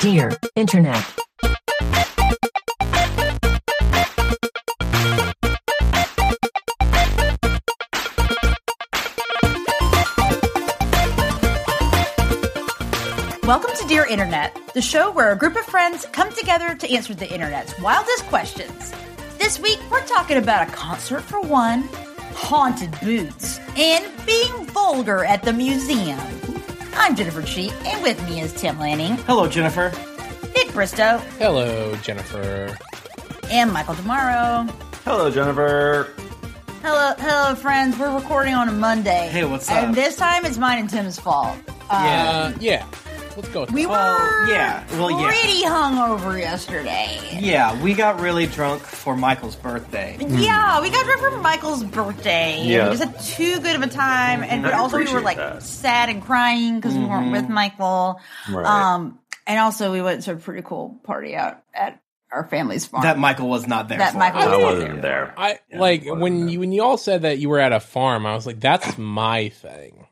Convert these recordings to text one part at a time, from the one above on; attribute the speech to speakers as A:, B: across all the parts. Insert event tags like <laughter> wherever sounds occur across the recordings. A: Dear Internet.
B: Welcome to Dear Internet, the show where a group of friends come together to answer the internet's wildest questions. This week, we're talking about a concert for one, haunted boots, and being vulgar at the museum. I'm Jennifer Cheat, and with me is Tim Lanning,
C: Hello, Jennifer.
B: Nick Bristow,
D: Hello, Jennifer.
B: and Michael Damaro.
E: Hello, Jennifer.
B: Hello, hello, friends. We're recording on a Monday.
C: Hey, what's
B: And
C: up?
B: this time, it's mine and Tim's fault.
C: Yeah.
D: Uh, yeah. Let's go. With
B: We
D: that.
B: were
C: yeah. Well, yeah.
B: pretty hungover yesterday.
C: Yeah, we got really drunk for Michael's birthday.
B: Yeah, we got drunk for Michael's birthday.
E: Mm. Yeah.
B: And we just had too good of a time, and
E: I
B: also we were
E: appreciate
B: like
E: that.
B: sad and crying because we weren't with Michael.
E: Mm-hmm. Right.
B: Um, and also we went to a pretty cool party out at our family's farm.
C: That Michael was not there.
B: That
C: for.
B: Michael-
E: I wasn't there.
D: I
E: Yeah,
D: like
E: whatever.
D: when you when you all said that you were at a farm. I was like, that's my thing.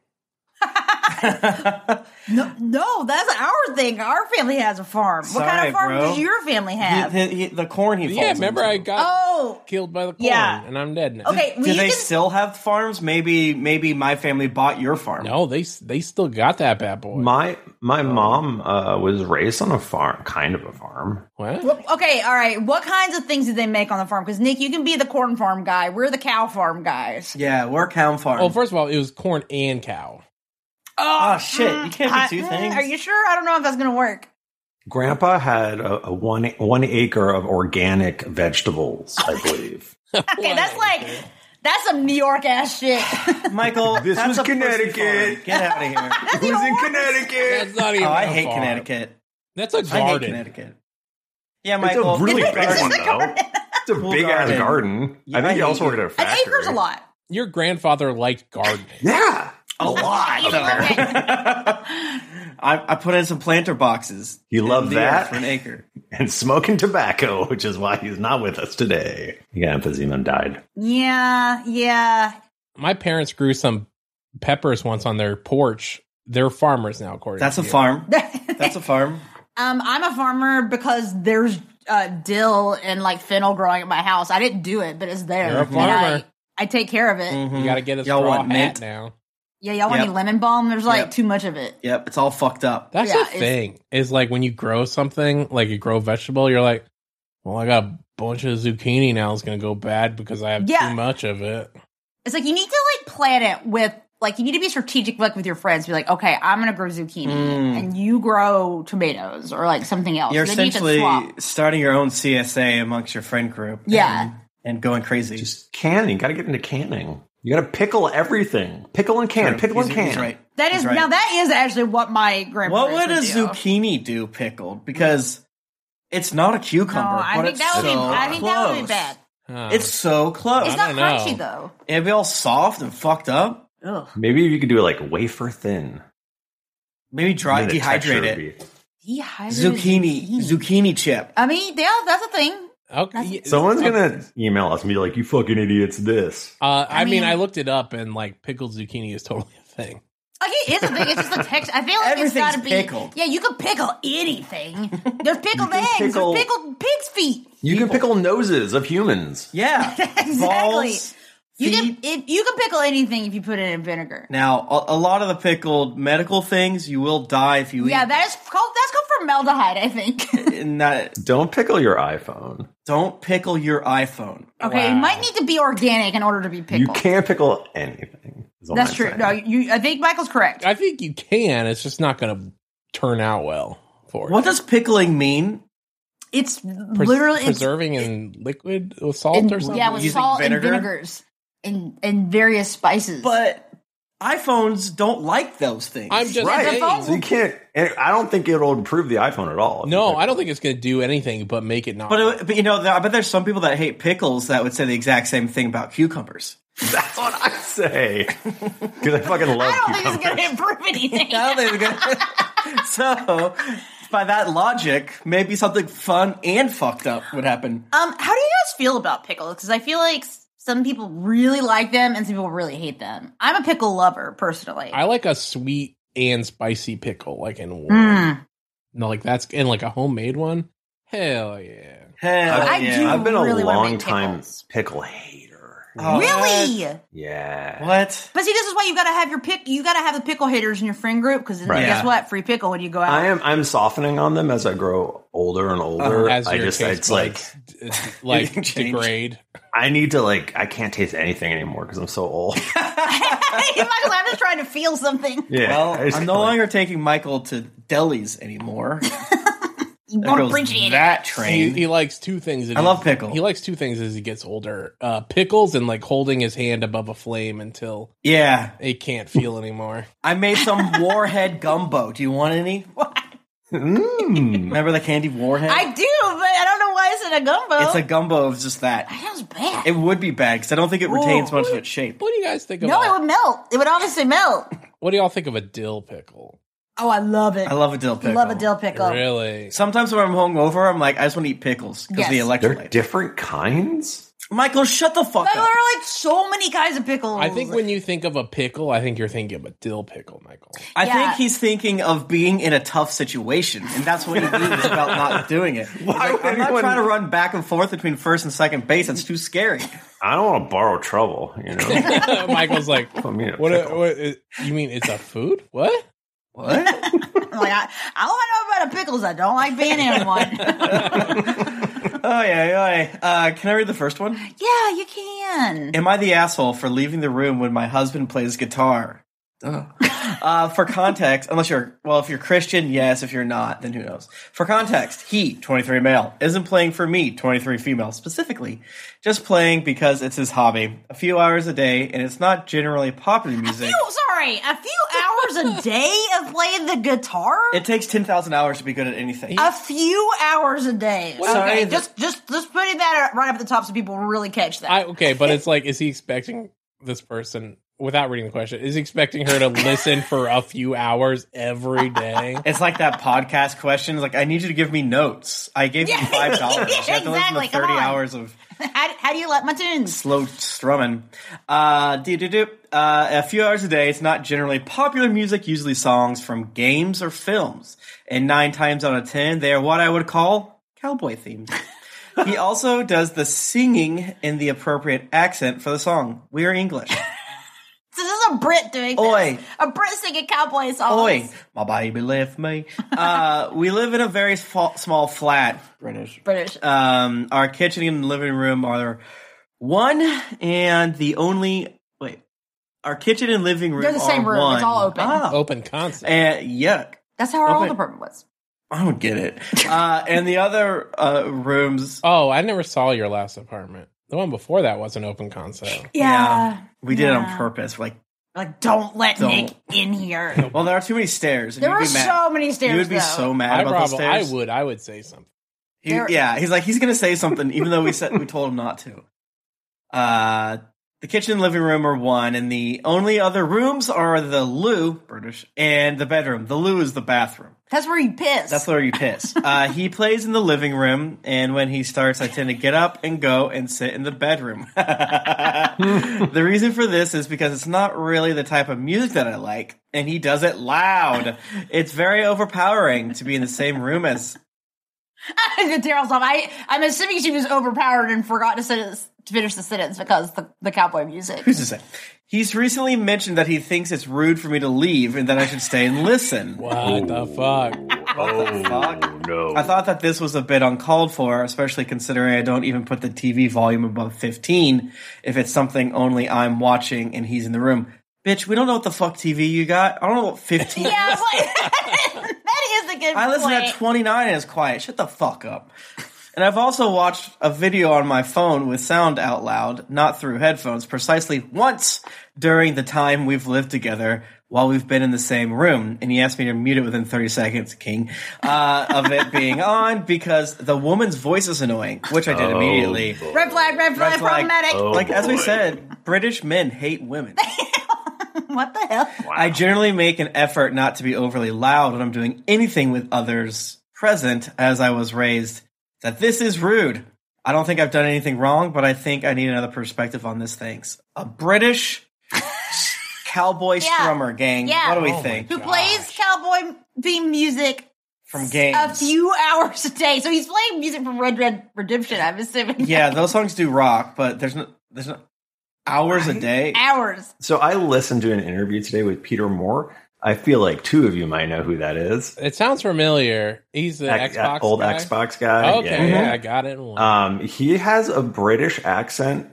B: no, no, that's our thing. Our family has a farm. what kind
C: Sorry,
B: of farm
C: bro.
B: does your family
C: He-
B: have?
C: the, he- the corn he falls
D: yeah, remember I
C: into.
D: got
B: oh,
D: killed by the corn,
B: Yeah.
D: and I'm dead now.
B: okay.
C: Do
B: we
C: they
B: can-
C: still have farms? Maybe, maybe my family bought your farm.
D: No, they s- they still got that bad boy.
E: My my mom uh, was raised on a farm, kind of a farm.
D: what?
B: Okay, all right. What kinds of things did they make on the farm? Because Nick, you can be the corn farm guy. We're the cow farm guys.
C: Yeah, we're cow farm.
D: Well, first of all, it was corn and cow.
C: oh shit, you can't
B: I-
C: be two
B: mm,
C: things.
B: Are you sure? I don't know if that's going to work.
E: Grandpa had a, a one one acre of organic vegetables, I believe.
B: <laughs> Okay, that's like that's some New York ass
C: <laughs>
B: shit.
C: Michael?
E: <laughs> This
C: that's
E: was
C: a pussy
E: Connecticut.
C: farm. Get out of
D: <laughs>
C: here.
E: Who's in Connecticut?
D: That's not even.
C: oh, I
D: a
C: hate
D: farm.
C: Connecticut.
D: That's a
C: I hate
D: garden.
C: Connecticut. Yeah,
E: It's
C: Michael.
E: a really big one, though. It's a
C: Cool
E: big ass
C: garden.
E: garden.
C: Yeah,
E: I think
C: I
E: he also
C: hate
E: worked at a
B: An
E: factory.
B: acre's a lot.
D: Your grandfather liked gardening.
E: Yeah,
C: a lot.
B: You love
C: apparently.
B: it.
C: <laughs> I, I put in some planter boxes.
E: You
C: in
E: love
C: the yard
E: that?
C: for an acre.
E: and smoking tobacco, which is why he's not with us today. He got emphysema and died.
B: Yeah, yeah.
D: My parents grew some peppers once on their porch. They're farmers now, Corey.
C: That's a
B: <laughs>
C: farm.
B: um,
C: That's a farm.
B: I'm a farmer because there's uh, dill and like fennel growing at my house. I didn't do it, but it's there.
D: You're a
B: And
D: farmer.
B: I, I take care of it.
E: Mm-hmm.
D: You got to get a
C: Y'all
D: straw
C: want mint?
D: hat now.
B: Yeah, y'all want
C: Mm-hmm. Yep.
B: any lemon balm? There's like
C: Yep.
B: too much of it.
C: Yep, it's all fucked up.
D: That's
B: Yeah,
D: the
B: it's-
D: thing. Is like when you grow something, like you grow a vegetable, you're like, well, I got a bunch of zucchini now. It's going to go bad because I have
B: Yeah.
D: too much of it.
B: It's like you need to like plan it with like you need to be strategic like with your friends. Be like, okay, I'm gonna grow zucchini
C: Mm.
B: and you grow tomatoes or like something else.
C: You're
B: Then you can
C: essentially
B: swap.
C: starting your own CSA amongst your friend group.
B: Yeah.
C: And, and going crazy.
E: Just canning. Got to get into canning. You got to pickle everything. Pickle and can.
C: He's-
E: Pickle and
C: he's
E: can.
C: right.
B: That
C: He's
B: is
C: right.
B: now that is actually what my grandpa.
C: What would a
B: do.
C: zucchini do pickled? Because it's not a
B: No,
C: cucumber.
B: Oh, I
C: but
B: think
C: it's
B: that would be.
C: so
B: I think that would be
C: close.
B: bad.
D: Huh.
C: It's so close.
B: It's
D: I
B: not
D: don't
B: crunchy
C: It'd be all soft and fucked up.
B: though. Ugh,
E: Maybe you could do it like wafer thin.
C: Maybe dry,
E: Then the
C: dehydrate
E: texture
C: it.
E: would
B: dehydrated
C: Zucchini, zucchini chip.
B: I mean, yeah, that's a thing.
D: okay. yeah,
E: be- Someone's
D: okay.
E: gonna email us and be like, "You fucking idiots!" This.
D: Uh, I,
B: I
D: mean,
B: mean-
D: I looked it up, and like pickled zucchini is totally a thing.
B: Like it is a thing. It's just a texture. I feel like it's
C: Everything's
B: got to be.
C: pickled.
B: Yeah, you can pickle anything. There's pickled
E: can
B: eggs.
E: pickle-
B: There's pickled pig's feet. <laughs>
E: You can pickle noses of humans.
C: Yeah,
B: Exactly.
C: Balls,
B: You
C: feet.
B: can if you can pickle anything if you put it in vinegar.
C: Now, a, a lot of the pickled medical things, you will die if you
B: Yeah,
C: eat.
B: that is called that's called formaldehyde, I think. <laughs> okay,
C: and that
E: Don't pickle your iPhone.
C: don't pickle your iPhone.
B: it might need to be organic in order to be pickled.
E: You can't pickle anything. is all
B: that's
E: I'm
B: true.
E: saying.
B: No, you. I think Michael's correct.
D: I think you can. It's just not going to turn out well for
C: What
D: it.
C: does pickling mean?
B: It's
D: Pres-
B: literally it's
D: preserving in liquid with salt
B: in-
D: or something.
B: yeah, with
C: Using
B: salt
C: vinegar?
B: and vinegars and and various spices.
C: But iPhones don't like those things.
D: I'm just
E: Right.
D: saying.
B: phone-
E: So you can't. and I don't think it'll improve the iPhone at all.
D: No, I don't think it's going to do anything but make it not.
C: but, it- but you know, I bet there's some people that hate pickles that would say the exact same thing about cucumbers.
E: <laughs> That's what I
C: <laughs>
E: say. Because I fucking love
B: I don't think
E: cucumbers.
B: it's going to improve anything.
C: I don't think they're good. <laughs> so, by that logic, maybe something fun and fucked up would happen.
B: <laughs> Um, how do you guys feel about pickles? Because I feel like s- some people really like them and some people really hate them. I'm a pickle lover personally.
D: I like a sweet and spicy pickle, like in one.
B: Mm.
D: No, like that's and like a homemade one. Hell yeah!
C: Hell
B: I
C: yeah.
B: do
E: I've been a
B: really wanna
E: long
B: make
E: time
B: pickles.
E: pickle hater.
C: Oh,
B: really?
E: Yeah.
C: What?
B: But see, this is why you gotta have your pick. You gotta have the pickle haters in your friend group because
E: Right.
B: guess
C: Yeah.
B: what? Free pickle when you go <laughs> out.
E: I am I'm softening on them as I grow older and older.
D: Uh-huh. As
E: I
D: your
E: just
D: taste
E: it's like
D: buds d-
E: <laughs>
D: like <laughs>
C: Change.
D: degrade.
E: I need to like I can't taste anything anymore because I'm
D: <laughs>
E: so old.
B: <laughs> Michael, I'm just trying to feel something.
E: yeah. <laughs>
C: Well,
E: I just-
C: I'm no longer taking Michael to
B: <laughs>
C: delis anymore.
B: <laughs> You
C: That
B: don't
C: girl's
B: appreciate it.
C: that
D: He,
C: train.
D: he likes two things. that
C: I
D: he-
C: love pickle.
D: He likes two things as he gets older: uh, pickles and like holding his hand above a flame until
C: yeah,
D: it can't feel anymore.
C: I made some <laughs> warhead gumbo. Do you want any?
D: <laughs>
E: Mm.
C: Remember the candy warhead?
B: I do, but I don't know why it's in a gumbo.
C: it's a gumbo of just that.
B: sounds bad.
C: It would be bad because I don't think it retains much of its shape.
D: What do you guys think of?
B: no, it would melt. It would obviously melt.
D: What do y'all think of a dill pickle?
B: Oh, I love it.
C: I love a dill pickle.
B: love a dill pickle.
D: Really?
C: Sometimes when I'm hungover, I'm like, I just want to eat pickles
B: Yes.
C: because the
E: They're
C: electrolyte.
E: different kinds?
C: Michael, shut the fuck
B: But there
C: up.
B: are like so many kinds of pickles.
D: I think when you think of a pickle, I think you're thinking of a dill pickle, Michael. <laughs>
C: I
B: Yeah.
C: think he's thinking of being in a tough situation, and that's what he
E: <laughs>
C: means about not doing it. He's
E: Why
C: like,
E: would
C: I'm not
E: anyone-
C: trying to run back and forth between first and second base. It's too scary.
E: I don't want to borrow trouble, you know.
D: <laughs> Michael's
E: <laughs>
D: like,
E: I mean, a
D: what? A,
E: pickle.
D: what a- you mean it's a food? What?
C: What?
B: <laughs> like, I, I don't know about the pickles. I don't like being
C: <laughs>
B: in one.
C: <laughs> Oh yeah, yeah. Uh, can I read the first one?
B: yeah, you can.
C: Am I the asshole for leaving the room when my husband plays guitar? Duh. <laughs> Uh, for context, unless you're, well, if you're Christian, yes. If you're not, then who knows? For context, he, 23 male, isn't playing for me, 23 female, specifically. Just playing because it's his hobby, a few hours a day, and it's not generally popular music.
B: Oh, sorry, a few hours a day of playing the guitar.
C: It takes 10,000 hours to be good at anything.
B: a few hours a day.
C: Sorry,
B: okay,
C: the-
B: just just just putting that right up at the top so people really catch that.
D: I okay, but it's like, is he expecting this person without reading the question? Is he expecting her to listen for a few hours every day?
C: <laughs> It's like that podcast question. It's like, I need you to give me notes. I gave you
B: Yeah,
C: $5. You have to listen
B: <laughs>
C: to
B: exactly,
C: 30
B: come on.
C: hours of
B: how, how do you like my tunes?
C: slow strumming. Uh, do do do. Uh, a few hours a day. It's not generally popular music, usually songs from games or films. And nine times out of ten, they are what I would call cowboy themed. he also does the singing in the appropriate accent for the song. We are English.
B: So this is a Brit doing this.
C: Oi.
B: A Brit singing cowboy songs.
C: Oi, my baby left me. Uh, we live in a very fa- small flat. British.
B: British.
C: um, our kitchen and living room are one and the only. Wait, our kitchen and living room
B: They're the same
C: are
B: room. It's
C: one.
B: all open.
C: Ah.
D: Open concept.
C: And yuck,
B: That's how our
C: Okay.
B: old apartment was.
C: I don't
B: <laughs>
C: get it. Uh, and the other uh, rooms,
D: Oh, I never saw your last apartment. The one before that was an open concept.
C: Yeah. we did it on
B: Yeah.
C: purpose. We're like,
B: Like, don't let
C: Don't.
B: Nick in here.
C: well, there are too many stairs. and
B: there
C: you'd
B: were
C: be mad.
B: so many stairs.
C: You would be
B: though.
C: so mad
D: I
C: about
D: probably,
C: the stairs.
D: I would, I would say something.
C: He-
B: There-
C: yeah, he's like he's gonna say something, even though we said we told him not to. Uh, the kitchen and living room are one, and the only other rooms are the loo, British, and the bedroom. The loo is the bathroom.
B: That's where you piss. <laughs>
C: That's where you piss. uh, he plays in the living room, and when he starts, I tend to get up and go and sit in the bedroom. <laughs> the reason for this is because it's not really the type of music that I like, and he does it loud. it's very overpowering to be in the same room as
B: Daryl's off. I, I'm assuming she was overpowered and forgot to, sentence, to finish the sentence because the, the cowboy music.
C: Who's to say? He's recently mentioned that he thinks it's rude for me to leave and that I should stay and listen.
D: What the fuck?
E: Oh,
C: fuck?
E: no.
C: I thought that this was a bit uncalled for, especially considering I don't even put the TV volume above 15 if it's something only I'm watching and he's in the room. Bitch, we don't know what the fuck TV you got. I don't know what
B: <laughs>
C: 15
B: Yeah, I was like, <laughs> that is a good
C: I listen
B: point.
C: at 29 and it's quiet. Shut the fuck up. And I've also watched a video on my phone with sound out loud, not through headphones, precisely once during the time we've lived together while we've been in the same room. And he asked me to mute it within 30 seconds, King, uh, of it being on because the woman's voice is annoying, which I did immediately.
B: Red flag, red flag,
C: Red flag.
B: problematic.
E: Oh,
C: Like, as we
E: boy.
C: said, British men hate women.
B: <laughs> What the hell?
C: I generally make an effort not to be overly loud when I'm doing anything with others present, as I was raised that this is rude. I don't think I've done anything wrong, but I think I need another perspective on this. Thanks.
B: <laughs>
C: A British cowboy
B: Yeah.
C: strummer gang.
B: Yeah.
C: What do we
D: Oh my
C: think?
B: Who plays cowboy theme music
C: from games.
B: a few hours a day. So he's playing music from Red Red Redemption, I'm assuming.
C: yeah, those songs do rock, but there's no there's no hours a day.
B: Hours.
E: So I listened to an interview today with Peter Moore. I feel like two of you might know who that is.
D: It sounds familiar. He's the
E: Ex-
D: Xbox
E: old
D: guy. Oh,
E: Xbox guy.
D: Okay, Mm-hmm.
E: Yeah,
D: I got it. in one.
C: Uh,
E: yeah. Um, he has a British accent,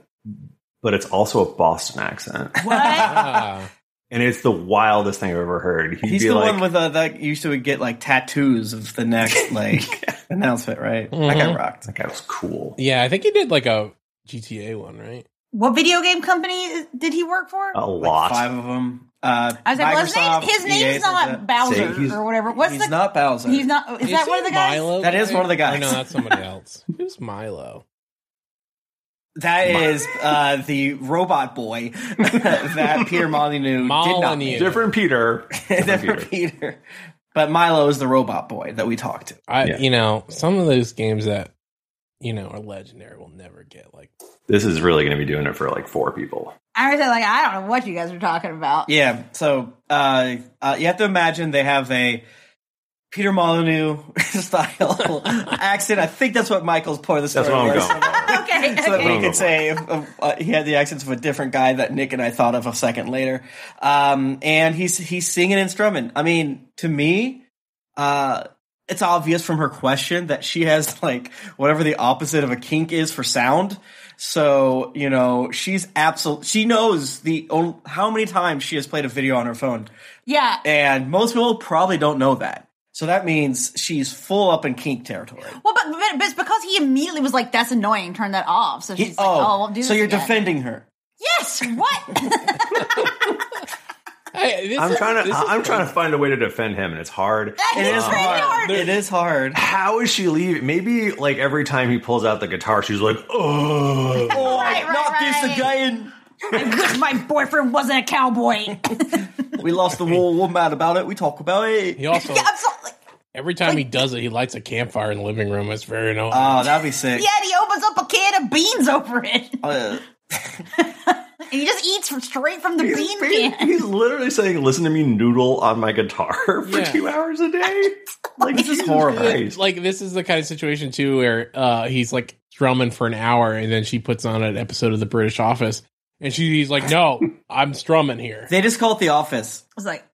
E: but it's also a Boston accent,
B: <laughs> What?
D: <laughs> Ah.
E: and it's the wildest thing I've ever heard. He'd
C: He's
E: be
C: the
E: like,
C: one with uh, that used to get like tattoos of the
B: <laughs>
C: next like announcement, right? That guy
D: Mhm.
C: rocked.
E: "That guy was cool."
D: yeah, I think he did like a GTA one, right?
B: what video game company did he work for?
E: A
C: Like
E: lot.
C: five of them. Uh,
B: I was like, well, his,
C: Oh, Microsoft, E
B: name, his
C: EA,
B: name's
C: things like
B: not
C: that.
E: See,
B: Bowser
E: he's-
B: or whatever. What's
C: he's
B: the?
C: not Bowser.
B: he's not. Is that
D: see
B: one of the guys?
D: Milo
C: That is
D: guy?
C: one of the guys.
D: Or no,
C: <laughs>
D: that's somebody else. Who's Milo?
C: That is uh, the robot boy <laughs> that Peter Molyneux did not
D: Molyneux.
C: make. <laughs>
E: Different Peter.
C: Different Peter. But Milo is the robot boy that we talked to.
D: I,
E: Yeah.
D: you know, some of those games that you know are legendary will never get like.
E: This is really going to be doing it for like four people.
B: I was like, I don't know what you guys are talking about.
C: Yeah. So uh, uh, you have to imagine they have a Peter Molyneux <laughs> style <laughs> accent. I think that's what Michael's part of the story
E: That's what I'm
C: was.
E: going. for.
B: <laughs> Okay.
C: so that
B: okay.
C: we could say if, if, uh, he had the accents of a different guy that Nick and I thought of a second later. Um, and he's he's singing and strumming. I mean, to me, uh, it's obvious from her question that she has like whatever the opposite of a kink is for sound. So you know she's absolute. She knows the on- how many times she has played a video on her phone,
B: yeah.
C: and most people probably don't know that. So that means she's full up in kink territory.
B: Well, but, but, but it's because he immediately was like, "That's annoying. Turn that off." So she's like, "Oh, we'll do this
C: so you're
B: again."
C: defending her.
B: Yes. What? <laughs>
D: Hey, this
E: I'm
D: is-
E: trying to.
D: this is
E: I'm trying to find a way to defend him, and it's hard.
C: It is
B: It's pretty
C: hard.
B: hard.
C: It is hard. <laughs>
E: How is she leaving? Maybe like every time he pulls out the guitar, she's like,
C: <laughs>
E: "Oh,
B: right,
C: not
B: right.
C: this again.
B: I wish my boyfriend wasn't a
C: <laughs>
B: cowboy.
C: We lost the war. We're mad about it. We talk about it.
D: He
B: <laughs>
D: also
B: yeah, absolutely.
D: every time he does it, he lights a campfire in the living room. It's very annoying.
E: Ah,
C: Oh, that'd be sick.
B: Yeah, and he opens up a can of beans over it, and
C: Uh,
B: he just eats from, straight from the bean
E: He's-
B: can.
E: He's literally saying, "Listen to me noodle on my guitar for
D: Yeah.
E: two hours a day." Like this is
C: horrible.
E: Christ.
D: like this is the kind of situation too where uh, he's like drumming for an hour and then she puts on an episode of the British Office and she's like,
E: <laughs>
D: "No, I'm strumming here."
C: they just call it the office.
B: I was like,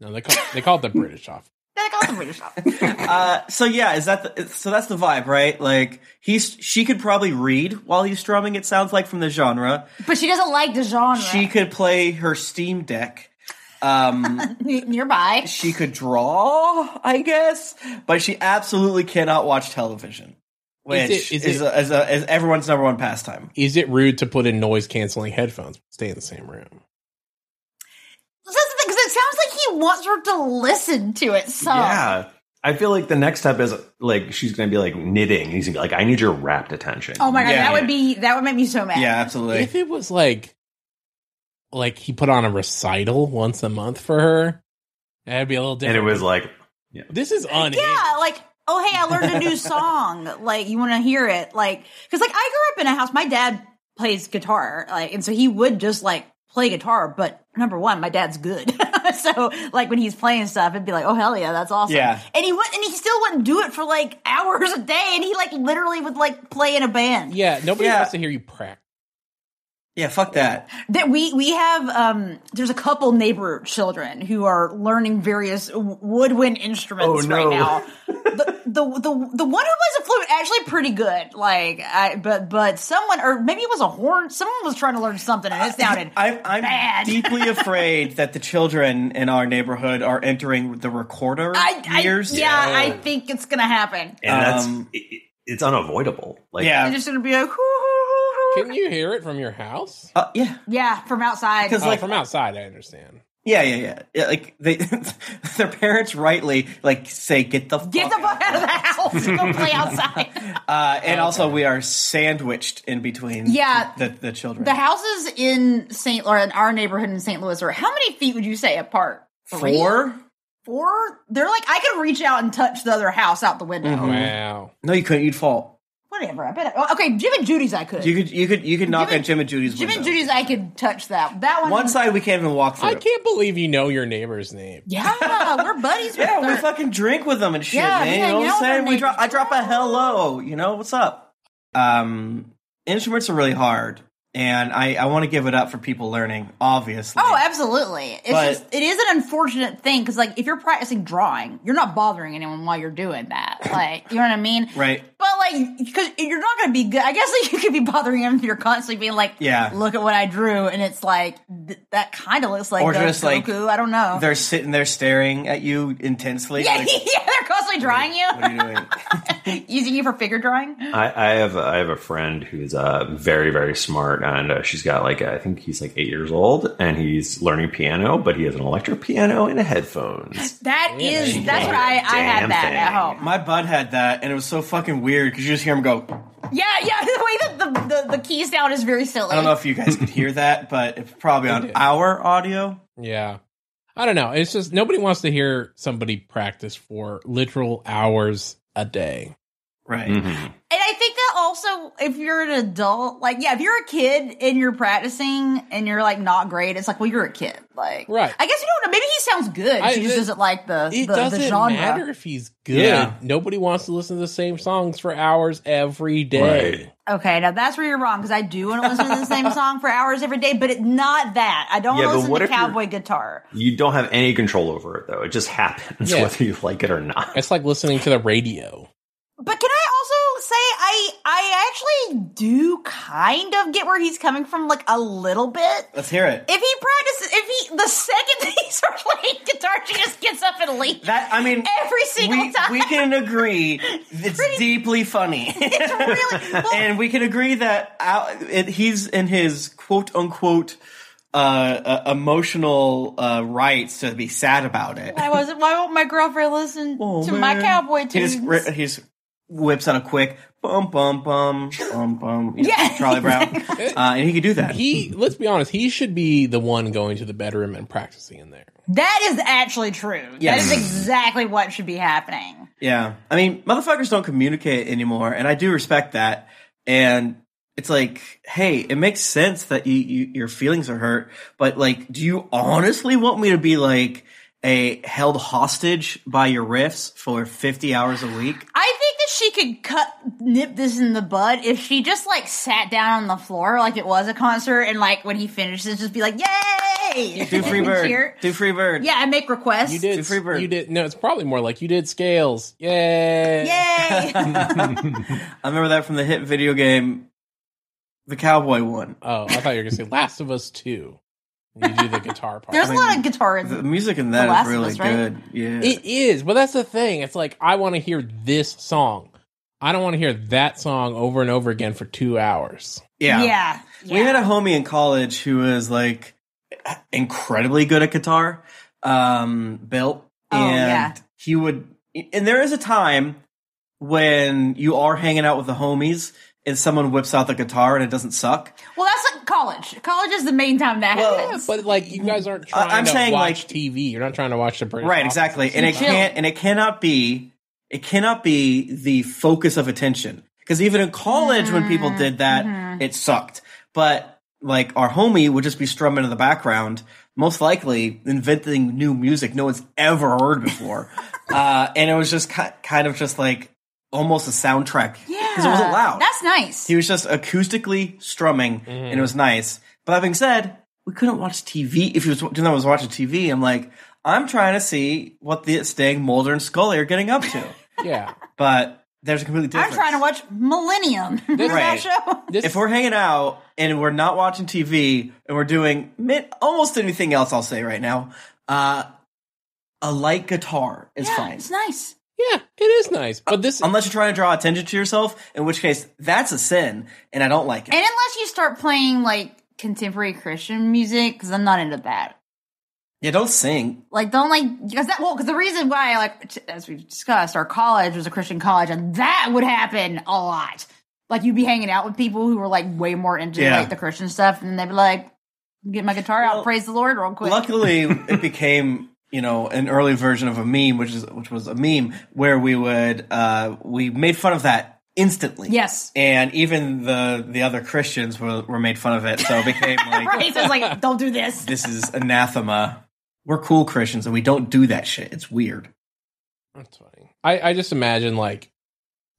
D: No, they call they call it the British Office.
B: "That got the British
C: <laughs>
B: off."
C: Uh, so yeah, is that the, so? That's the vibe, right? Like he's she could probably read while he's strumming. It sounds like from the genre.
B: But she doesn't like the genre.
C: She could play her Steam Deck.
B: <laughs>
C: Um,
B: N- <laughs> nearby.
C: she could draw, I guess, but she absolutely cannot watch television,
D: Is
C: which
D: it-
C: is,
D: is
C: a, is, a, is everyone's number one pastime.
D: Is it rude to put in noise canceling headphones? Stay in the same room.
B: That's the thing, 'cause it sounds like he wants her to listen to it. So
E: Yeah, I feel like the next step is like she's going to be like knitting, and he's going to be like, "I need your rapt attention."
B: Oh my god,
C: Yeah.
B: that would be that would make me so mad.
C: Yeah, absolutely.
D: if it was like like he put on a recital once a month for her, that'd be a little
E: And
D: different.
E: it was like,
D: this is unhinged.
B: Yeah, like oh hey, I learned a new
C: <laughs>
B: song. Like you want to hear it? Like because like I grew up in a house. My dad plays guitar, like and so he would just like play guitar. But number one, my dad's good. <laughs> so like when he's playing stuff, it'd be like oh hell yeah, that's awesome.
C: Yeah.
B: and he would and he still wouldn't do it for like hours a day, and he like literally would like play in a band.
D: Yeah, nobody
C: Yeah.
D: wants to hear you practice.
C: Yeah, fuck that.
B: that we we have um there's a couple neighbor children who are learning various w- woodwind instruments
E: Oh, no.
B: right now the, the the the one who plays the flute actually pretty good like i but but someone or maybe it was a horn someone was trying to learn something and it sounded
C: I, <laughs> I'm
B: Bad. <laughs>
C: deeply afraid that the children in our neighborhood are entering the recorder
B: I, I
C: years.
B: yeah i think it's gonna happen
E: and that's
C: Um,
E: it- it- it's unavoidable. Like,
B: it's
C: yeah,
B: just gonna be like hoo, hoo, hoo, hoo.
D: Can you hear it from your house?
C: Uh, yeah,
B: yeah from outside
C: because
D: Oh,
C: like,
D: from outside, I understand.
C: yeah, yeah, yeah, yeah, like they, <laughs> their parents rightly like say, "Get the fuck
B: get the fuck
C: out."
B: out of the house go
C: <laughs>
B: play outside
C: Uh, and also, we are sandwiched in between.
B: Yeah.
C: the, the children.
B: The houses in St. or in our neighborhood in St. Louis are how many feet would you say apart? Three?
C: Four?
B: Four? They're like I could reach out and touch the other house out the window.
D: Wow.
C: No, you couldn't. You'd fall.
B: What Whatever. I bet. I, okay, Jim and Judy's I could.
C: You could you could you could knock
B: Jimmy-
C: on Jim and Judy's
B: Jim
C: window.
B: and Judy's I could touch that. That one.
C: One side we can't even walk through.
D: I can't believe you know your neighbor's name.
B: Yeah, we're buddies.
C: <laughs> Yeah,
B: with
C: we
B: her.
C: fucking drink with them and shit,
B: Yeah,
C: man.
B: we
C: You
B: hang out with
C: know what I'm saying?
B: our
C: We drop, I
B: neighbors.
C: drop a hello. You know what's up? Um, instruments are really hard, and I I want to give it up for people learning. Obviously,
B: Oh, absolutely. It's
C: But-
B: just it is an unfortunate thing because like if you're practicing drawing, you're not bothering anyone while you're doing that.
C: <coughs>
B: Like you know what I mean?
C: right.
B: But like because you're not going to be good. I guess <laughs> like, you could be bothering them if you're constantly being like,
C: Yeah.
B: look at what I drew, and it's like th- that kind of looks like
C: Or
B: the
C: just, like,
B: Goku. I don't know.
C: They're sitting there staring at you
B: <laughs>
C: intensely.
B: yeah,
C: like,
B: yeah, they're constantly drawing
C: what are you doing?
B: <laughs> you, using you for figure drawing.
E: I, I have I have a friend who's uh, very very smart, and uh, she's got like I think he's like eight years old, and he's learning piano, but he has an electric piano and headphones.
B: That is
E: she
B: that's
E: did.
B: what I, I had
E: Damn
B: that at
E: thing.
B: home.
C: My bud had that, and it was so fucking weird because you just hear him go.
B: Yeah, yeah. <laughs> The way that the, the, the key sound is very silly.
C: I don't know if you guys could hear that, but it's probably on our audio.
D: Yeah. I don't know. It's just nobody wants to hear somebody practice for literal hours a day.
C: Right.
E: Mhm.
B: And I think that also, if you're an adult, like, yeah, if you're a kid and you're practicing and you're like not great, it's like, well, you're a kid. Like,
D: Right.
B: I guess you don't know. Maybe he sounds good.
D: I-
B: she just
D: it-
B: doesn't like the,
D: It
B: the,
D: doesn't
B: the genre.
D: matter if he's good.
C: Yeah.
D: Nobody wants to listen to the same songs for hours every day.
E: Right.
B: Okay, now that's where you're wrong because I do want to listen to the
D: <laughs>
B: same song for hours every day, but it's not that. I don't
E: Yeah,
B: want
E: but
B: to listen
E: what
B: to
E: if you're-
B: cowboy guitar.
E: You don't have any control over it though; it just happens <laughs>
D: Yeah.
E: whether you like it or not.
D: It's like listening to the radio.
B: But can I also say I I actually do kind of get where he's coming from, like a little bit.
C: Let's hear it.
B: If he practices, if he the second <laughs> that he starts playing guitar, she just gets up and leaves.
C: That I mean,
B: every single
C: we,
B: time.
C: we
B: <laughs>
C: can agree it's deeply funny.
B: it's really well,
C: and we can agree that out, it, he's in his quote unquote uh, uh, emotional uh, rights to be sad about it.
B: I wasn't. Why won't my girlfriend listen to my
C: Oh, man.
B: cowboy
C: He
B: tunes?
C: just, ri- he just whips out a quick bum bum bum bum bum. You
B: Yeah,
C: know,
B: <laughs>
C: Charlie Brown, uh, and he could do that. <laughs>
D: He, let's be honest, he should be the one going to the bedroom and practicing in there.
B: that is actually true.
C: Yes.
B: That is exactly what should be happening.
C: Yeah. I mean, motherfuckers don't communicate anymore, and I do respect that. And it's like, hey, it makes sense that you, you your feelings are hurt, but like, do you honestly want me to be like a held hostage by your riffs for 50 hours a week?
B: I think that she could cut nip this in the bud if she just like sat down on the floor like it was a concert and like when he finishes, just be like, "Yay!" <laughs>
C: Do free bird.
B: Cheer.
C: Do free
B: <laughs>
C: bird.
B: Yeah, and make requests.
D: You
C: Do
D: did,
C: free bird.
D: you did, no, it's probably more like you did scales.
C: <laughs>
D: Yay.
B: Yay!
C: <laughs> I remember that from the hit video game, the cowboy one.
D: Oh, I thought you were going to say Last of Us 2. You do the guitar part.
B: There's a lot of guitar in
C: The
B: the
C: music in
B: The
C: that
B: Last
C: is
B: of
C: really
B: Us, right?
C: good. Yeah.
D: <laughs> It is, but that's the thing. It's like I want to hear this song. I don't want to hear that song over and over again for two hours.
B: yeah.
C: We had
B: yeah.
C: a homie in college who was like incredibly good at guitar, um, built,
B: Oh,
C: and
B: yeah.
C: he would. And there is a time when you are hanging out with the homies and someone whips out the guitar and it doesn't suck.
B: Well, that's like college. College is the main time that
C: Well,
B: happens.
D: But like you guys aren't trying
C: I'm
D: to
C: saying,
D: watch
C: like-
D: TV. You're not trying to watch the British
C: Right,
D: Office.
C: exactly. And it
B: Chill.
C: can't. And it cannot be. It cannot be the focus of attention because even in college, when people did that, it sucked. But like our homie would just be strumming in the background, most likely inventing new music no one's ever heard before, uh, and it was just ki- kind of just like almost a soundtrack because
B: Yeah,
C: it wasn't loud.
B: That's nice.
C: he was just acoustically strumming, and it was nice. But having said, we couldn't watch TV. If he was doing that, was watching TV. I'm like, I'm trying to see what this dang Mulder and Scully are getting up to.
D: Yeah.
C: but there's a completely
B: I'm
C: different.
B: trying to watch Millennium. <laughs> Remember that
C: Right.
B: show?
D: This,
C: If we're hanging out and we're not watching TV and we're doing mi- almost anything else, I'll say right now, uh, a light guitar is
B: Yeah,
C: fine.
B: It's nice.
D: yeah, it is nice. But this
C: Unless you're trying to draw attention to yourself, in which case that's a sin, and I don't like it.
B: And unless you start playing like contemporary Christian music, because I'm not into that.
C: yeah, don't sing.
B: Like, don't like because that. Well, because the reason why, like t- as we've discussed, our college was a Christian college, and that would happen a lot. Like you'd be hanging out with people who were like way more into
C: Yeah.
B: like the Christian stuff, and they'd be like, "Get my guitar
C: Well,
B: out, praise the Lord, real quick."
C: Luckily, it became you know an early version of a meme, which is which was a meme where we would uh, we made fun of that instantly.
B: Yes. <laughs>
C: And even the the other Christians were were made fun of it, so
B: <laughs>
C: it became like
B: Right? So it's like, don't do this.
C: this is anathema. We're cool Christians and we don't do that shit. It's weird.
D: That's funny. I, I just imagine like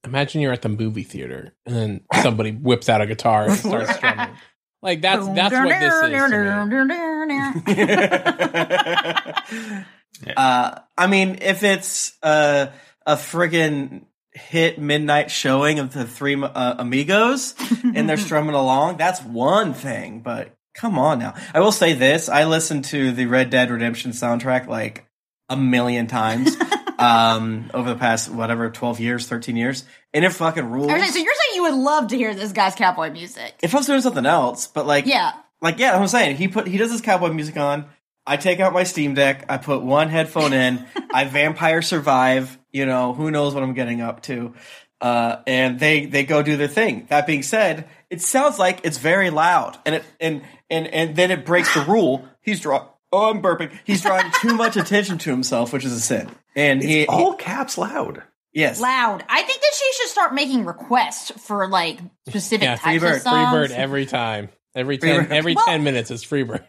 D: imagine you're at the movie theater and then
B: <laughs>
D: somebody whips out a guitar and starts strumming. Like that's that's what this is. to me.
B: <laughs>
C: uh, I mean, if it's uh, a friggin' hit midnight showing of the three uh, amigos and they're strumming along, that's one thing. But come on now. I will say this I listened to the Red Dead Redemption soundtrack like a million times. um over the past whatever 12 years 13 years and it fucking rules
B: Okay, so you're saying you would love to hear this guy's cowboy music?
C: if i was doing something else but like
B: Yeah.
C: like yeah, I'm saying he put he does his cowboy music on. I take out my Steam Deck. I put one headphone in. I vampire survive. You know who knows what I'm getting up to. Uh, and they they go do their thing. That being said, it sounds like it's very loud, and it and and and then it breaks the rule. He's draw. Oh, I'm burping. He's drawing too much attention to himself, which is a sin. And he, he-
E: All caps loud.
C: yes,
B: Loud. I think that she should start making requests for like specific
D: Yeah,
B: types
D: free
B: of
D: bird, free
B: songs.
D: bird every time. Every
C: Free
D: ten
C: bird.
D: every
B: Well-
D: ten minutes is
B: <laughs>
D: free bird.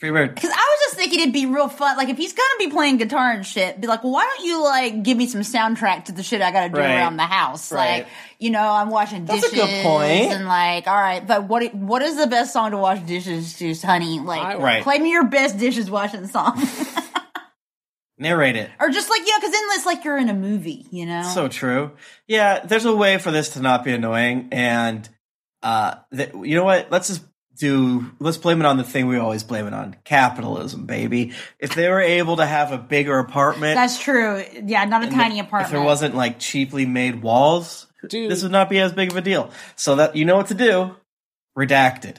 C: free bird.
B: Because I was just thinking it'd be real fun. Like, if he's going to be playing guitar and shit, be like, well, why don't you, like, give me some soundtrack to the shit I got to do
C: Right.
B: around the house?
C: Right.
B: Like, you know, I'm washing
C: That's a
B: dishes.
C: good point.
B: And, like, all right, but what what is the best song to wash dishes to, honey? Like,
D: I-
C: Right.
B: play me your best dishes washing song. <laughs>
C: Narrate it.
B: or just, like, yeah, because then it's like you're in a movie, you know?
C: So true. Yeah, there's a way for this to not be annoying, and uh, th- you know what? Let's just do. Let's blame it on the thing we always blame it on: capitalism, baby. If they were able to have a bigger apartment,
B: That's true. Yeah, not a
C: and
B: tiny
C: if-
B: apartment.
C: If there wasn't like cheaply made walls,
D: Dude.
C: this would not be as big of a deal. So that you know what to do. Redacted.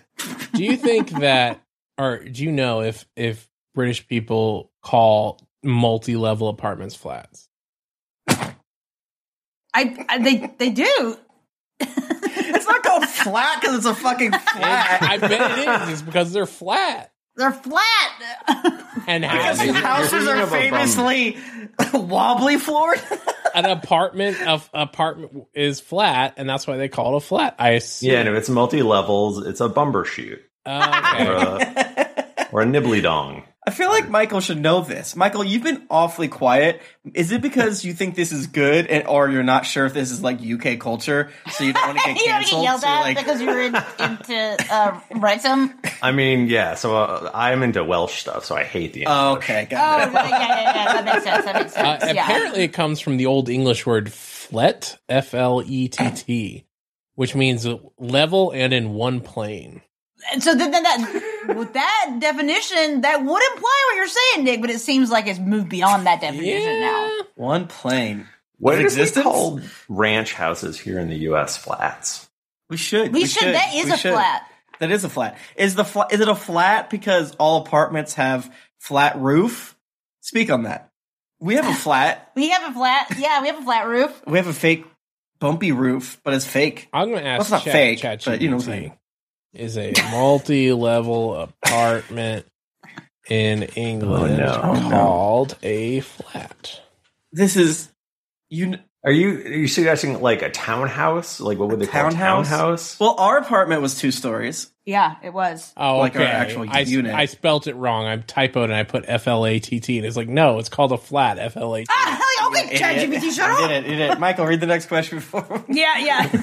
D: do you think that or do you know if if British people call multi level apartments flats?
B: <laughs> I, I they they do.
C: It's not called flat because it's a fucking flat.
D: I bet it is. It's because they're flat.
B: They're flat.
D: And
C: Because
E: you're-
D: houses,
E: you're
C: houses
E: thinking
C: are
E: of a bum.
C: famously wobbly floored.
D: an apartment of apartment is flat, and that's why they call it a flat. I assume.
E: Yeah, and if it's multi levels, it's a bumper shoot or
D: Okay.
E: a, or a nibbly dong.
C: I feel like Michael should know this. Michael, you've been awfully quiet. Is it because you think this is good, and or you're not sure if this is like UK culture, so you
B: <laughs>
C: don't want to get
B: you don't get
C: canceled?
B: yelled
C: so
B: at
C: you're like,
B: because you're in, into uh, Wrexham.
E: I mean, yeah. So uh, I'm into Welsh stuff, so I hate the.
C: oh, okay,
B: Oh,
C: got it.
B: no, yeah, yeah, yeah. That makes sense. That makes
D: Uh,
B: sense. <laughs> yeah.
D: Apparently, it comes from the old English word "flet," f l e t t, which means level and in one plane.
B: And so then, then that with that definition, that would imply what you're saying, Nick. But it seems like it's moved beyond that definition now.
D: Yeah.
C: One plane.
E: What
C: It
E: is it
C: exists?
E: called? Ranch houses here in the U.S. flats.
C: We should.
B: We, should, That is
C: we
B: a
C: should.
B: flat.
C: That is a flat. Is the flat? Is it a flat because all apartments have flat roof? Speak on that. We
B: <laughs>
C: have a flat.
B: We have a flat. Yeah, we have a flat roof.
C: we have a fake bumpy roof, but it's fake.
D: I'm going to ask
C: That's not
D: Chat-
C: fake,
D: ChatGPT,
C: but you know what I'm saying.
D: Is a multi-level apartment in England
E: Oh, no.
D: called a flat?
C: This is you. kn-
E: Are you are you suggesting like a townhouse? Like what would they
C: townhouse?
E: call a townhouse?
C: Well, our apartment was two stories.
B: Yeah, it was. <laughs>
D: Oh,
C: Like our
D: okay.
C: actual
D: I,
C: unit.
D: I spelt it wrong. I typoed and I put F L A T T, and it's like no, it's called a flat. F L A T.
B: Ah, like, okay, ChatGPT, shut
C: You
B: up.
C: did it, you did it. Michael, read the next question before.
B: Yeah,
C: <laughs>
B: yeah. Oh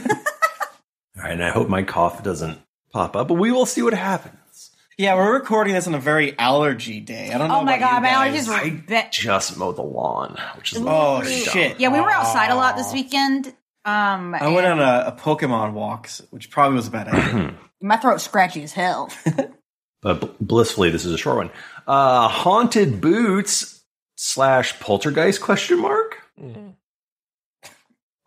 E: All right, and I hope my cough doesn't pop up, but we will see what happens.
C: yeah, we're recording this on a very allergy day. I don't know.
B: Oh my god,
C: about
B: my
C: you
B: allergies
C: guys.
B: were. Be-
E: Just mow the lawn, which is
C: Oh
E: pretty dumb.
C: shit!
B: yeah, we were outside a lot this weekend. Um,
C: I went on a, a Pokemon walk, which probably was a bad idea. <clears throat>
B: my throat's scratchy as
C: <laughs>
B: hell. <laughs>
E: But bl- blissfully, this is a short one. Uh, haunted boots slash poltergeist question mark.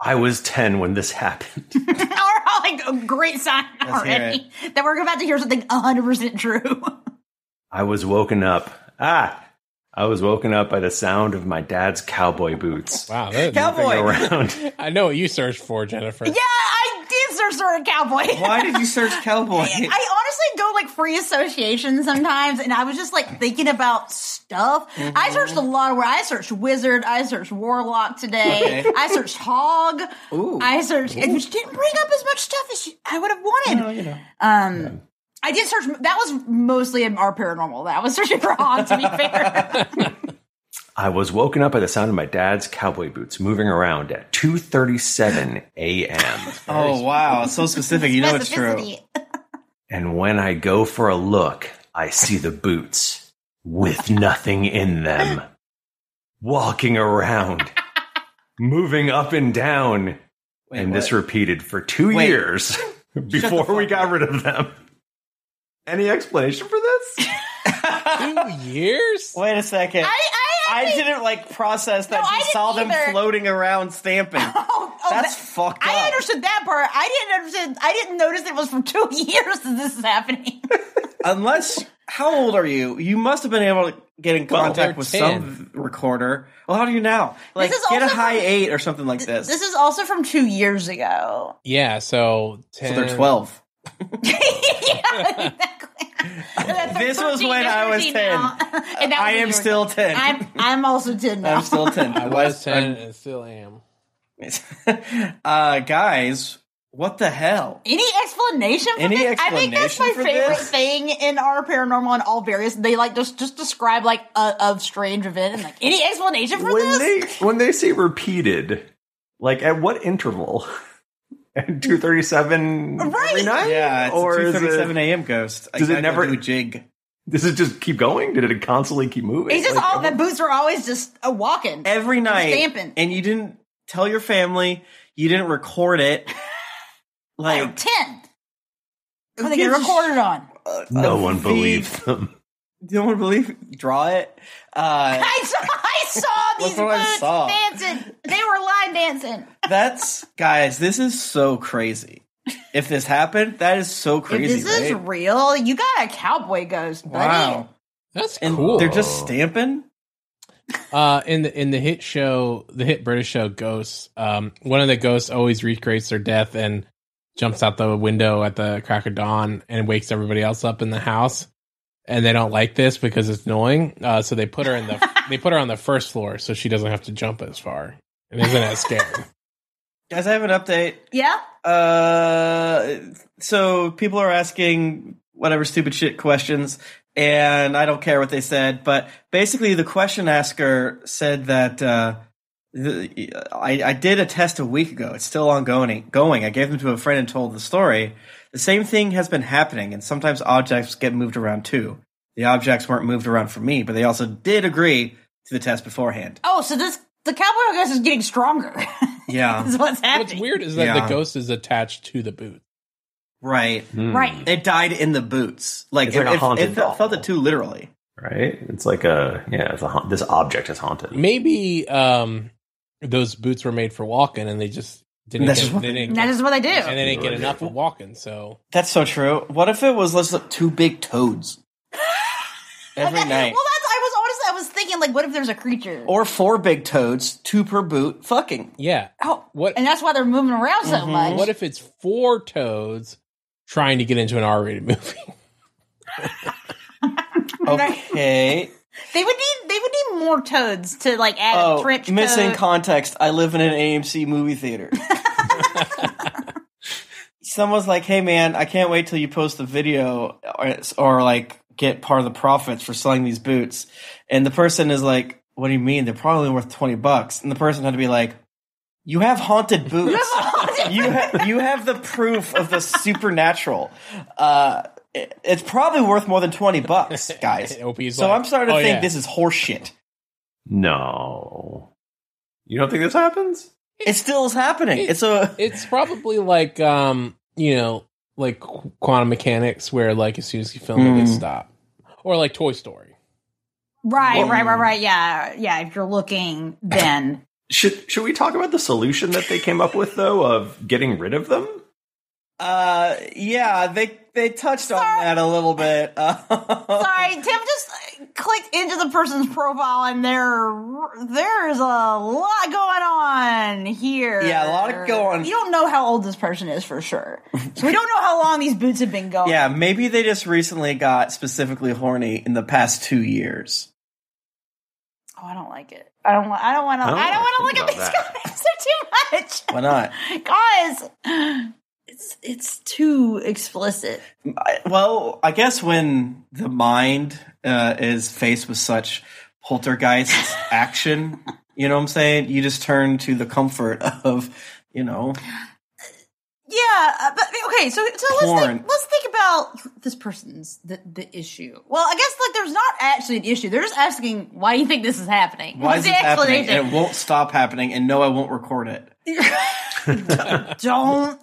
E: I was ten when this <laughs> happened.
B: We're all like a great sign
C: Let's hear
B: already that we're about to hear something 100% true. <laughs>
E: I was woken up. Ah, I was woken up by the sound of my dad's cowboy boots
D: Wow, that,
C: Cowboy.
E: around.
D: I know what you searched for, Jennifer.
B: yeah, I did research the word cowboy.
C: Why did
B: <laughs>
C: you search cowboy? <laughs>
B: I honestly go like free association sometimes, and I was just like thinking about stuff.
C: Mm-hmm.
B: I searched a lot. Where I searched wizard, I searched warlock today.
C: Okay.
B: I searched hog.
C: Ooh. Oh,
B: I searched, and which didn't bring up as much stuff as you- I would have wanted.
C: you know.
B: Um, I did search. That was mostly in our paranormal. That was searching for hog.
C: <laughs>
B: To be fair,
E: I was woken up by the sound of my dad's cowboy boots moving around at 2:37 a.m.
C: Oh wow, so specific. You know it's true.
B: Specificity.
E: And when I go for a look, I see the boots with nothing in them walking around, moving up and down.
C: Wait,
E: and this
C: what?
E: repeated for two
C: Wait. <laughs>
E: years <laughs> before
C: fuck
E: we got
C: up.
E: rid of them. Any explanation
C: <laughs>
E: for this?
D: Two years?
C: Wait a second.
B: I,
C: I,
B: I, actually-
C: didn't like process that
B: No, I
C: you
B: didn't
C: saw them
B: either.
C: floating around stamping.
B: <laughs> <laughs> Oh, oh,
C: That's
B: that-
C: fucked up.
B: I understood that part. I didn't understand. I didn't notice it was from two <laughs> years that this is happening.
C: Unless, how old are you? You must have been able to get in
D: they're
C: contact with
D: 10.
C: some recorder. Well, how do you now? Like,
B: is
C: get a
B: also
C: high
B: from-
C: eight or something like this.
B: this is also from two years ago. <laughs>
D: Yeah, so 10,
C: so they're twelve.
B: yeah, exactly. That's
C: This was
B: 13,
C: when
B: that's
C: I was
B: 13 now. And that
C: I
B: was a
C: am
B: year
C: still
B: ago.
C: 10.
B: I'm I'm also ten now.
C: <laughs> I'm still ten. <laughs>
D: I was 10 and still am.
C: uh, guys, what the hell?
B: <laughs> Any explanation for
C: Any
B: this? I think that's my
C: explanation for
B: favorite
C: this?
B: thing in our paranormal and all various. They like just just describe like a, a strange event and like any explanation for
E: when
B: this?
E: they when they say repeated, like at what interval? <laughs> At two thirty seven every
B: Right.
E: night?
C: Yeah, it's
E: or
C: a
E: is
C: two thirty-seven
E: it,
C: a.m. ghost. I
E: does it
C: gotta go
E: never-
C: do a jig?
E: does it just keep going? Did it constantly keep moving?
B: It's just
E: Like,
B: all the boots are always just uh, walking.
C: every night
B: stamping.
C: and you didn't tell your family you didn't record it
B: <laughs>
C: like
B: ten. What they get
C: gives a
B: recorded on? <laughs>
E: no
C: of
E: one
C: the-
E: believed them.
C: no one believe draw it uh
B: I saw, I saw
C: That's
B: these
C: what I
B: boots
C: saw.
B: dancing. They were line dancing.
C: that's guys this is so crazy if this happened that is so crazy
B: if this is
C: right?
B: real, you got a cowboy ghost, buddy.
C: wow
D: That's
C: and
D: cool.
C: they're just stamping
D: uh, in the in the hit show, the hit British show Ghosts, um, one of the ghosts always recreates their death and jumps out the window at the crack of dawn and wakes everybody else up in the house. And they don't like this because it's annoying. Uh, so they put her in the they put her on the first floor so she doesn't have to jump as far and isn't as scared.
C: guys i have an update
B: Yeah.
C: uh so people are asking whatever stupid shit questions and i don't care what they said but basically the question asker said that uh the, I, I did a test a week ago. It's still ongoing. Going. I gave them to a friend and told the story. The same thing has been happening, and sometimes objects get moved around too. The objects weren't moved around for me, but they also did agree to the test beforehand.
B: Oh, so this the cowboy ghost is getting stronger. <laughs>
C: Yeah,
B: is what's
D: What's
B: happening.
D: weird is that
C: Yeah.
D: the ghost is attached to the boot.
C: <laughs> right.
B: Right.
C: It died in the boots. Like,
E: It's like a
C: it- it-
E: haunted
C: it felt-
E: doll.
C: felt it too literally.
E: Hmm. Right? It's like a yeah, it's a haunt, this object is haunted.
D: Maybe um, those boots were made for walking and they just didn't.
C: That's
D: Get,
C: just what-
D: they didn't
B: That
D: get,
B: is what they
D: and
B: do.
D: they didn't get enough of walking. So
C: That's so true. What if it was let's look, two big toads every
B: That- <laughs>
C: night,
B: Well, that's I was honestly I was thinking like, what if there's a creature?
D: Oh,
C: or four big toads, two per boot,
D: <laughs>
C: fucking.
D: Yeah.
B: oh,
D: What Mm-hmm.
B: and that's why they're moving around so much.
D: what if it's four toads trying to get into an R rated movie?
C: Okay.
B: they would need they would need more toads to like add a
C: Oh,
B: trench
C: missing
B: toad.
C: context. I live in an AMC movie theater. Someone's like, "Hey, man, I can't wait till you post the video or, or like get part of the profits for selling these boots." And the person is like, "What do you mean? They're probably only worth twenty bucks." And the person had to be like, "You have haunted boots." you ha- you have the proof of the supernatural. Uh, it- it's probably worth more than twenty bucks,
D: <laughs>
C: guys.
D: OP's
C: so
D: like,
C: I'm starting to
D: "Oh,
C: think
D: yeah."
C: this is horseshit.
E: No. You don't think this happens?
C: It still is happening. It's a
D: It's probably like um, you know, like qu- quantum mechanics where like as soon as you film it they
C: Hmm.
D: stop. Or like Toy Story.
B: right,
D: Oh.
B: right, right, right. Yeah, yeah. If you're looking, then
E: Should should we talk about the solution that they came up with though of getting rid of them?
C: uh, yeah. They they touched on that a little bit. <laughs> Uh, <laughs>
B: sorry, Tim just uh, clicked into the person's profile, and there there is a lot going on here.
C: Yeah, a lot of go on-
B: You don't know how old this person is for sure. So we don't know how long these boots have been going.
C: <laughs> Yeah, maybe they just recently got specifically horny in the past two years.
B: Oh, I don't like it. I don't want. I don't want to.
E: I don't
B: I don't
E: wanna
B: want to
E: think
B: look at these comments.
E: about
B: <laughs> They're too much.
C: Why not?
B: guys <gasps> it's it's too explicit
C: I- well, I guess when the mind uh, is faced with such poltergeist action, <laughs> you know what I'm saying? You just turn to the comfort <laughs> of, you know,
B: yeah uh, but okay so so let's
C: Porn.
B: think, let's think about this person's the, the issue well i guess like there's not actually an issue they're just asking why you think this is happening
C: why
B: What's
C: is
B: the
C: this happening? And it
B: explanation?
C: won't stop happening. And no, I won't record it.
B: <laughs> don't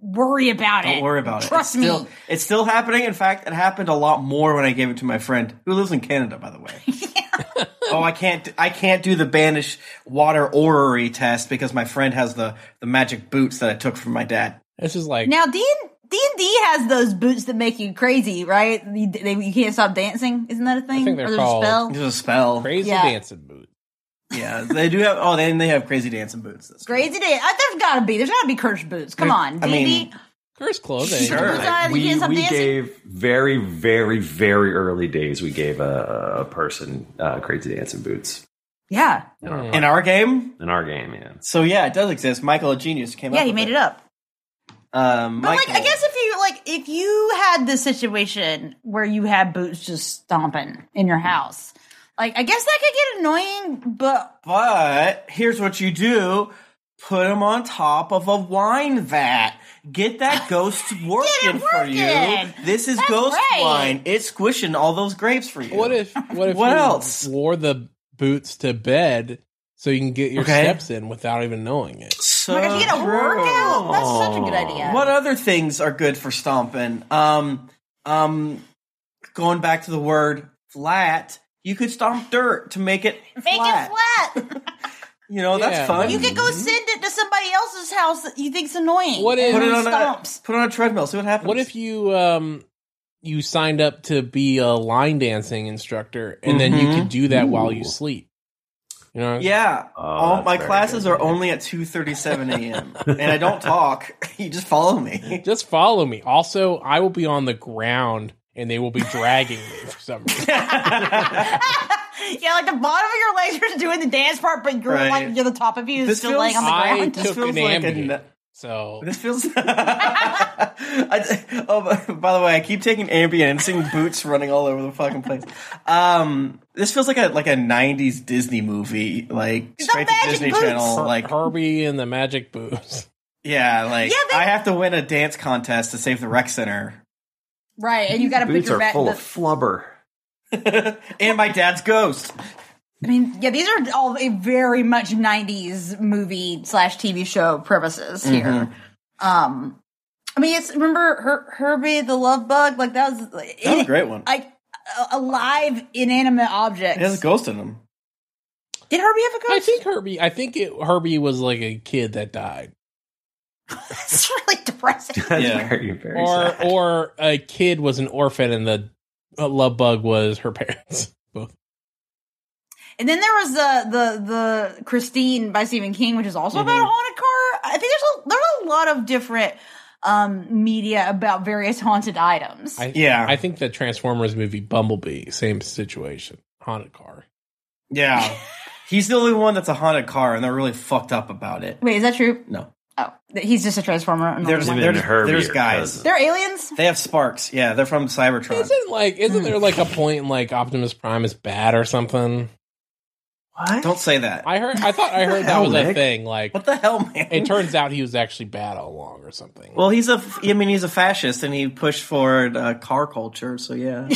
B: worry about it
C: Don't worry about it.
B: trust
C: it's still,
B: me
C: It's still happening. In fact, it happened a lot more when I gave it to my friend who lives in Canada, by
B: <laughs>
C: the way. oh, I can't. I can't do the banish water orrery test because my friend has the the magic boots that I took from my dad.
D: It's just like
B: now d and d has those boots that make you crazy right you, they, you can't stop dancing isn't that a thing
D: think they're
B: or there's
D: called-
B: a spell
C: There's a spell.
D: crazy
B: Yeah.
D: dancing boots.
C: Yeah, they do have. Oh, then they have crazy dancing boots. That's true.
B: Crazy day. Uh, There's gotta be. There's gotta be cursed boots. Come on,
C: I
B: D&D.
C: mean-
D: Curse clothing.
C: Sure.
B: Who's that?
E: we,
B: Yes, I'm
E: we
B: dancing.
E: gave very very very early days we gave a, a person uh, crazy dancing boots
B: yeah,
E: in our,
C: in our game.
E: in our game yeah
C: So yeah, it does exist. Michael a genius came up.
B: yeah. He
C: with
B: made it up.
C: Um,
B: But like,
C: Michael-
B: I guess if you like, if you had the situation where you had boots just stomping in your house, like, I guess that could get annoying. But
C: But here's what you do: put them on top of a wine vat.
B: <laughs>
C: Get that ghost working for you.
B: working.
C: This is
B: That's
C: ghost
B: right.
C: wine. It's squishing all those grapes for you.
D: What if what
C: <laughs>
D: if
C: What
D: you
C: else?
D: wore the boots to bed so you can get your
C: Okay.
D: steps in without even knowing it?
B: oh
C: So
B: my gosh, you get a
C: true.
B: workout. That's such a good idea.
C: What other things are good for stomping? Um, um, going back to the word flat, you could stomp dirt to make it
B: Make
C: flat. Mm-hmm.
B: it
C: <laughs>
B: flat.
C: You know
D: Yeah.
C: that's fun.
B: you could go send it to somebody else's house that you think's annoying.
D: What
B: and
D: if-
C: put it
B: then
C: on a
B: stomps. <laughs>
C: put it on a treadmill. See what happens.
D: What if you um you signed up to be a line dancing instructor and then you
C: Mhm.
D: could do that while you
E: Ooh.
D: sleep? You know,
C: Yeah,
E: Oh,
C: all
E: that's
C: my
E: very
C: classes
E: good.
C: are only at two thirty seven
E: <laughs>
C: a.m. and I don't talk. You just follow me.
D: just follow me. Also, I will be on the ground and they will be dragging me
C: <laughs>
D: for some reason.
B: yeah, like the bottom of your legs are doing the dance part, but you're
C: Right.
B: like you're the top of you is
C: This
B: still
C: feels-
B: laying on the
D: I
B: ground.
D: took
C: feels
D: an
C: like a
D: Ambien,
C: n-
D: so
C: This feels. <laughs> I, oh, by- by the way, I keep taking Ambien and seeing boots running all over the fucking place. Um, this feels like a like a '90s Disney movie, like straight to
B: Magic
C: Disney
B: Boots.
C: Channel.
D: Her-
C: Like,
E: Uh-huh.
D: Herbie and the Magic Boots.
C: yeah, like
B: Yeah, they-
C: I have to win a dance contest to save the rec center, <laughs>
B: Right, and you got to put
E: boots
B: your
E: are
B: back.
E: full
B: the-
E: of flubber
C: and my dad's ghost.
B: I mean, yeah, these are all a very much '90s movie slash TV show premises
C: Mm-hmm.
B: here. Um, I mean, it's remember Her- Herbie the Love Bug? Like that was like,
C: That was
B: it-
C: a great one.
B: Like a, a live inanimate object.
C: It has a ghost in him.
B: Did Herbie have a ghost?
D: <laughs> I
B: <laughs>
D: think Herbie. I think it, Herbie was like a kid that died,
B: it's really depressing.
E: that's
C: Yeah.
E: very very
D: or
E: sad.
D: or a kid was an orphan and the uh, love bug was her <laughs> parents. Both.
B: And then there was the the the Christine by Stephen King, which is also about a haunted car. I think there's a there's a lot of different um media about various haunted items.
D: I,
C: Yeah.
D: I think the Transformers movie Bumblebee, same situation, haunted car.
C: Yeah. He's the only one that's a haunted car, and they're really fucked up about it.
B: Wait, is that true?
C: No.
B: Oh, th- he's just a transformer. and
C: There's-
B: all that.
E: Even
C: there's-
E: Herbie
C: there's
E: or
C: guys.
E: Cousin.
B: they're aliens. <laughs>
C: They have sparks. Yeah, they're from Cybertron.
D: Isn't like isn't there like a
C: Hmm.
D: point in like Optimus Prime is bad or something?
E: what
C: Don't say that.
D: I heard. I thought I heard that
E: hell,
D: was a
E: Nick?
D: thing. Like
C: What the hell, man?
D: it turns out he was actually bad all along or something.
C: well, <laughs> he's a. I mean, he's a fascist, and he pushed forward uh, car culture. So
D: <laughs>
C: yeah,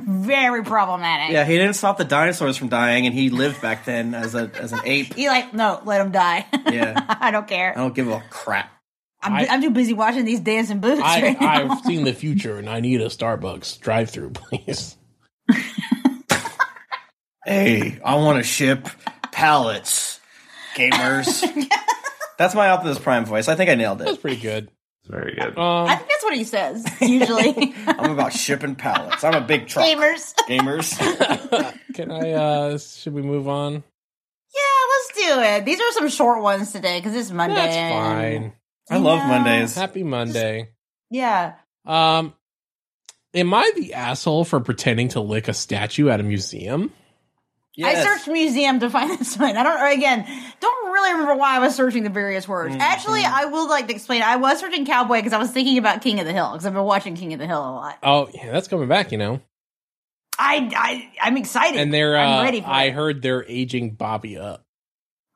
B: Very problematic.
C: yeah. He didn't stop the dinosaurs from dying, and he lived back then as a as an ape.
B: You like no, let him die.
C: Yeah,
B: <laughs> I don't care.
C: I don't give a crap.
B: I'm,
D: I-
B: am too busy watching these dancing boots.
D: I,
B: right now.
D: I've seen the future, and I need a Starbucks drive-through, <laughs> please.
C: Hey, I want to ship pallets,
D: <laughs>
C: gamers. That's my Optimus Prime voice. I think I nailed
D: That's
C: it.
D: pretty good.
E: very good
B: <laughs> I
D: Um, <laughs>
B: think that's what he says usually.
C: I'm about shipping pallets. I'm a big truck.
B: Gamers.
C: Gamers.
B: <laughs>
D: can I? uh Should we move on?
B: Yeah, let's do doing? These are some short ones today because it's Monday.
D: That's fine.
C: I love
B: Yeah.
C: Mondays.
D: Happy Monday.
B: Yeah.
D: Um, am I the asshole for pretending to lick a statue at a museum?
B: I searched museum to find <laughs> this one. I don't, or again, don't really remember why I was searching the various words.
D: Mm-hmm.
B: Actually, I will like to explain. I was searching cowboy because I was thinking about King of the Hill because I've been watching King of the Hill a lot.
D: Oh, yeah, that's coming back, you know.
B: I, I, I'm excited.
D: And they're,
B: I'm
D: uh,
B: ready for
D: I
B: it.
D: heard they're aging Bobby up.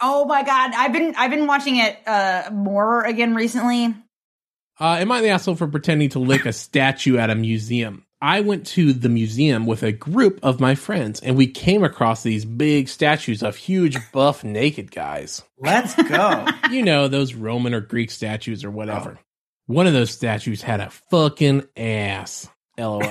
B: Oh my God. I've been, I've been watching it, uh, more again recently.
D: Uh, am I the asshole for pretending to lick a statue at a museum? I went to the museum with a group of my friends, and we came across these big statues of huge, buff, naked guys.
C: Let's
B: <laughs>
C: go.
D: You know, those Roman or Greek statues or whatever.
B: Oh.
D: One of those statues had a fucking ass. LOL.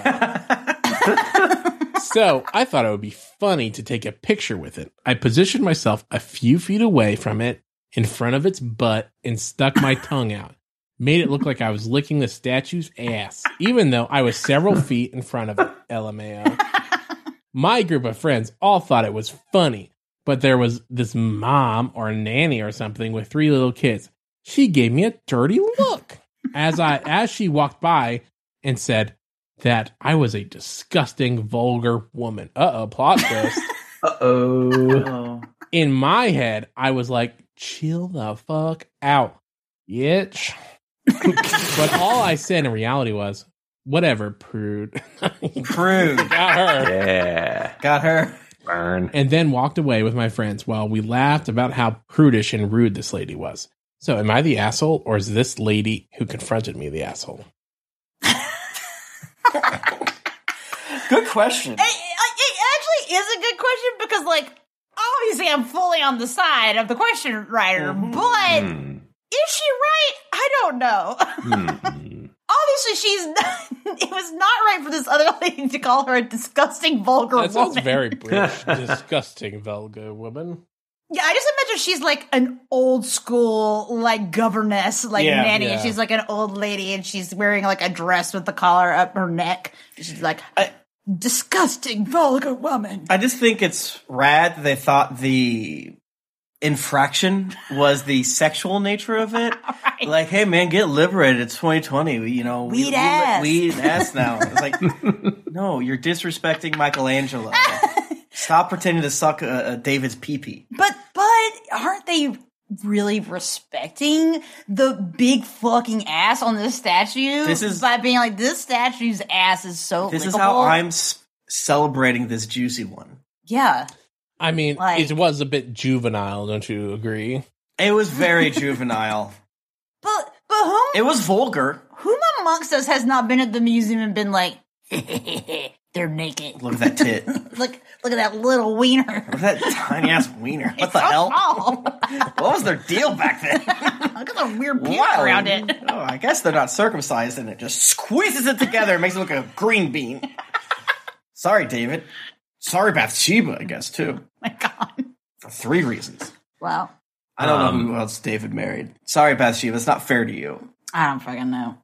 D: so I thought it would be funny to take a picture with it. I positioned myself a few feet away from it in front of its butt and stuck my tongue out. Made it look like I was licking the statue's ass, even though I was several feet in front of it. LMAO. My group of friends all thought it was funny, but there was this mom or nanny or something with three little kids. She gave me a dirty look as I as she walked by and said that I was a disgusting, vulgar woman. Uh oh, plot twist.
E: Uh oh.
C: Oh.
D: In my head, I was like, chill the fuck out, bitch. but all I said in reality was, whatever, prude. <laughs>
C: Prude.
D: Got her.
E: Yeah.
C: Got her.
E: Burn.
D: and then walked away with my friends while we laughed about how prudish and rude this lady was. So, am I the asshole, or is this lady who confronted me the asshole?
C: Good question.
B: It, it- it actually is a good question because, like, obviously I'm fully on the side of the question writer,
D: Mm-hmm.
B: but
E: Hmm.
B: is she right? I don't know. <laughs>
E: Hmm.
B: obviously, she's <laughs> not, it was not right for this other lady to call her a disgusting, vulgar
D: That sounds
B: woman.
D: very British. Disgusting, vulgar woman.
B: yeah, I just imagine she's like an old school, like governess, like
C: Yeah,
B: nanny, and
D: yeah.
B: she's like an old lady, and she's wearing like a dress with the collar up her neck. She's like.
C: I-
B: Disgusting, vulgar woman.
C: I just think it's rad that they thought the infraction was the sexual nature of
B: <laughs>
C: it. Like, hey man, get liberated. It's 2020. We, you know, we,
B: Weed
C: we,
B: ass.
C: We eat ass now.
B: <laughs>
C: It's like, no, you're disrespecting Michelangelo. Stop pretending to suck a, a David's pee-pee.
B: But but aren't they really respecting the big fucking ass on this statue?
C: This is-
B: by being like this statue's ass is so.
C: This is
B: lickable?
C: how I'm s- celebrating this juicy one.
B: Yeah,
D: I mean,
B: Like-
D: it was a bit juvenile, don't you agree?
C: It
B: <laughs>
C: was very juvenile.
B: but but whom
C: It was vulgar.
B: whom amongst us has not been at the museum and been like, <laughs> they're naked.
C: Look at that tit. Look
B: Look look at that little wiener.
C: at that tiny ass wiener. What the
B: so
C: hell?
B: small. <laughs>
C: What was their deal back then?
B: look at the weird beard
C: Wow.
B: around it.
C: Oh, I guess they're not circumcised, and it just squeezes it together and makes it look like a green bean. Sorry, David. Sorry, Bathsheba, I guess, too.
B: <laughs> my god.
C: For three reasons.
B: Wow.
C: I don't
E: Um,
C: know who else David married. Sorry, Bathsheba, it's not fair to you.
B: I don't fucking know.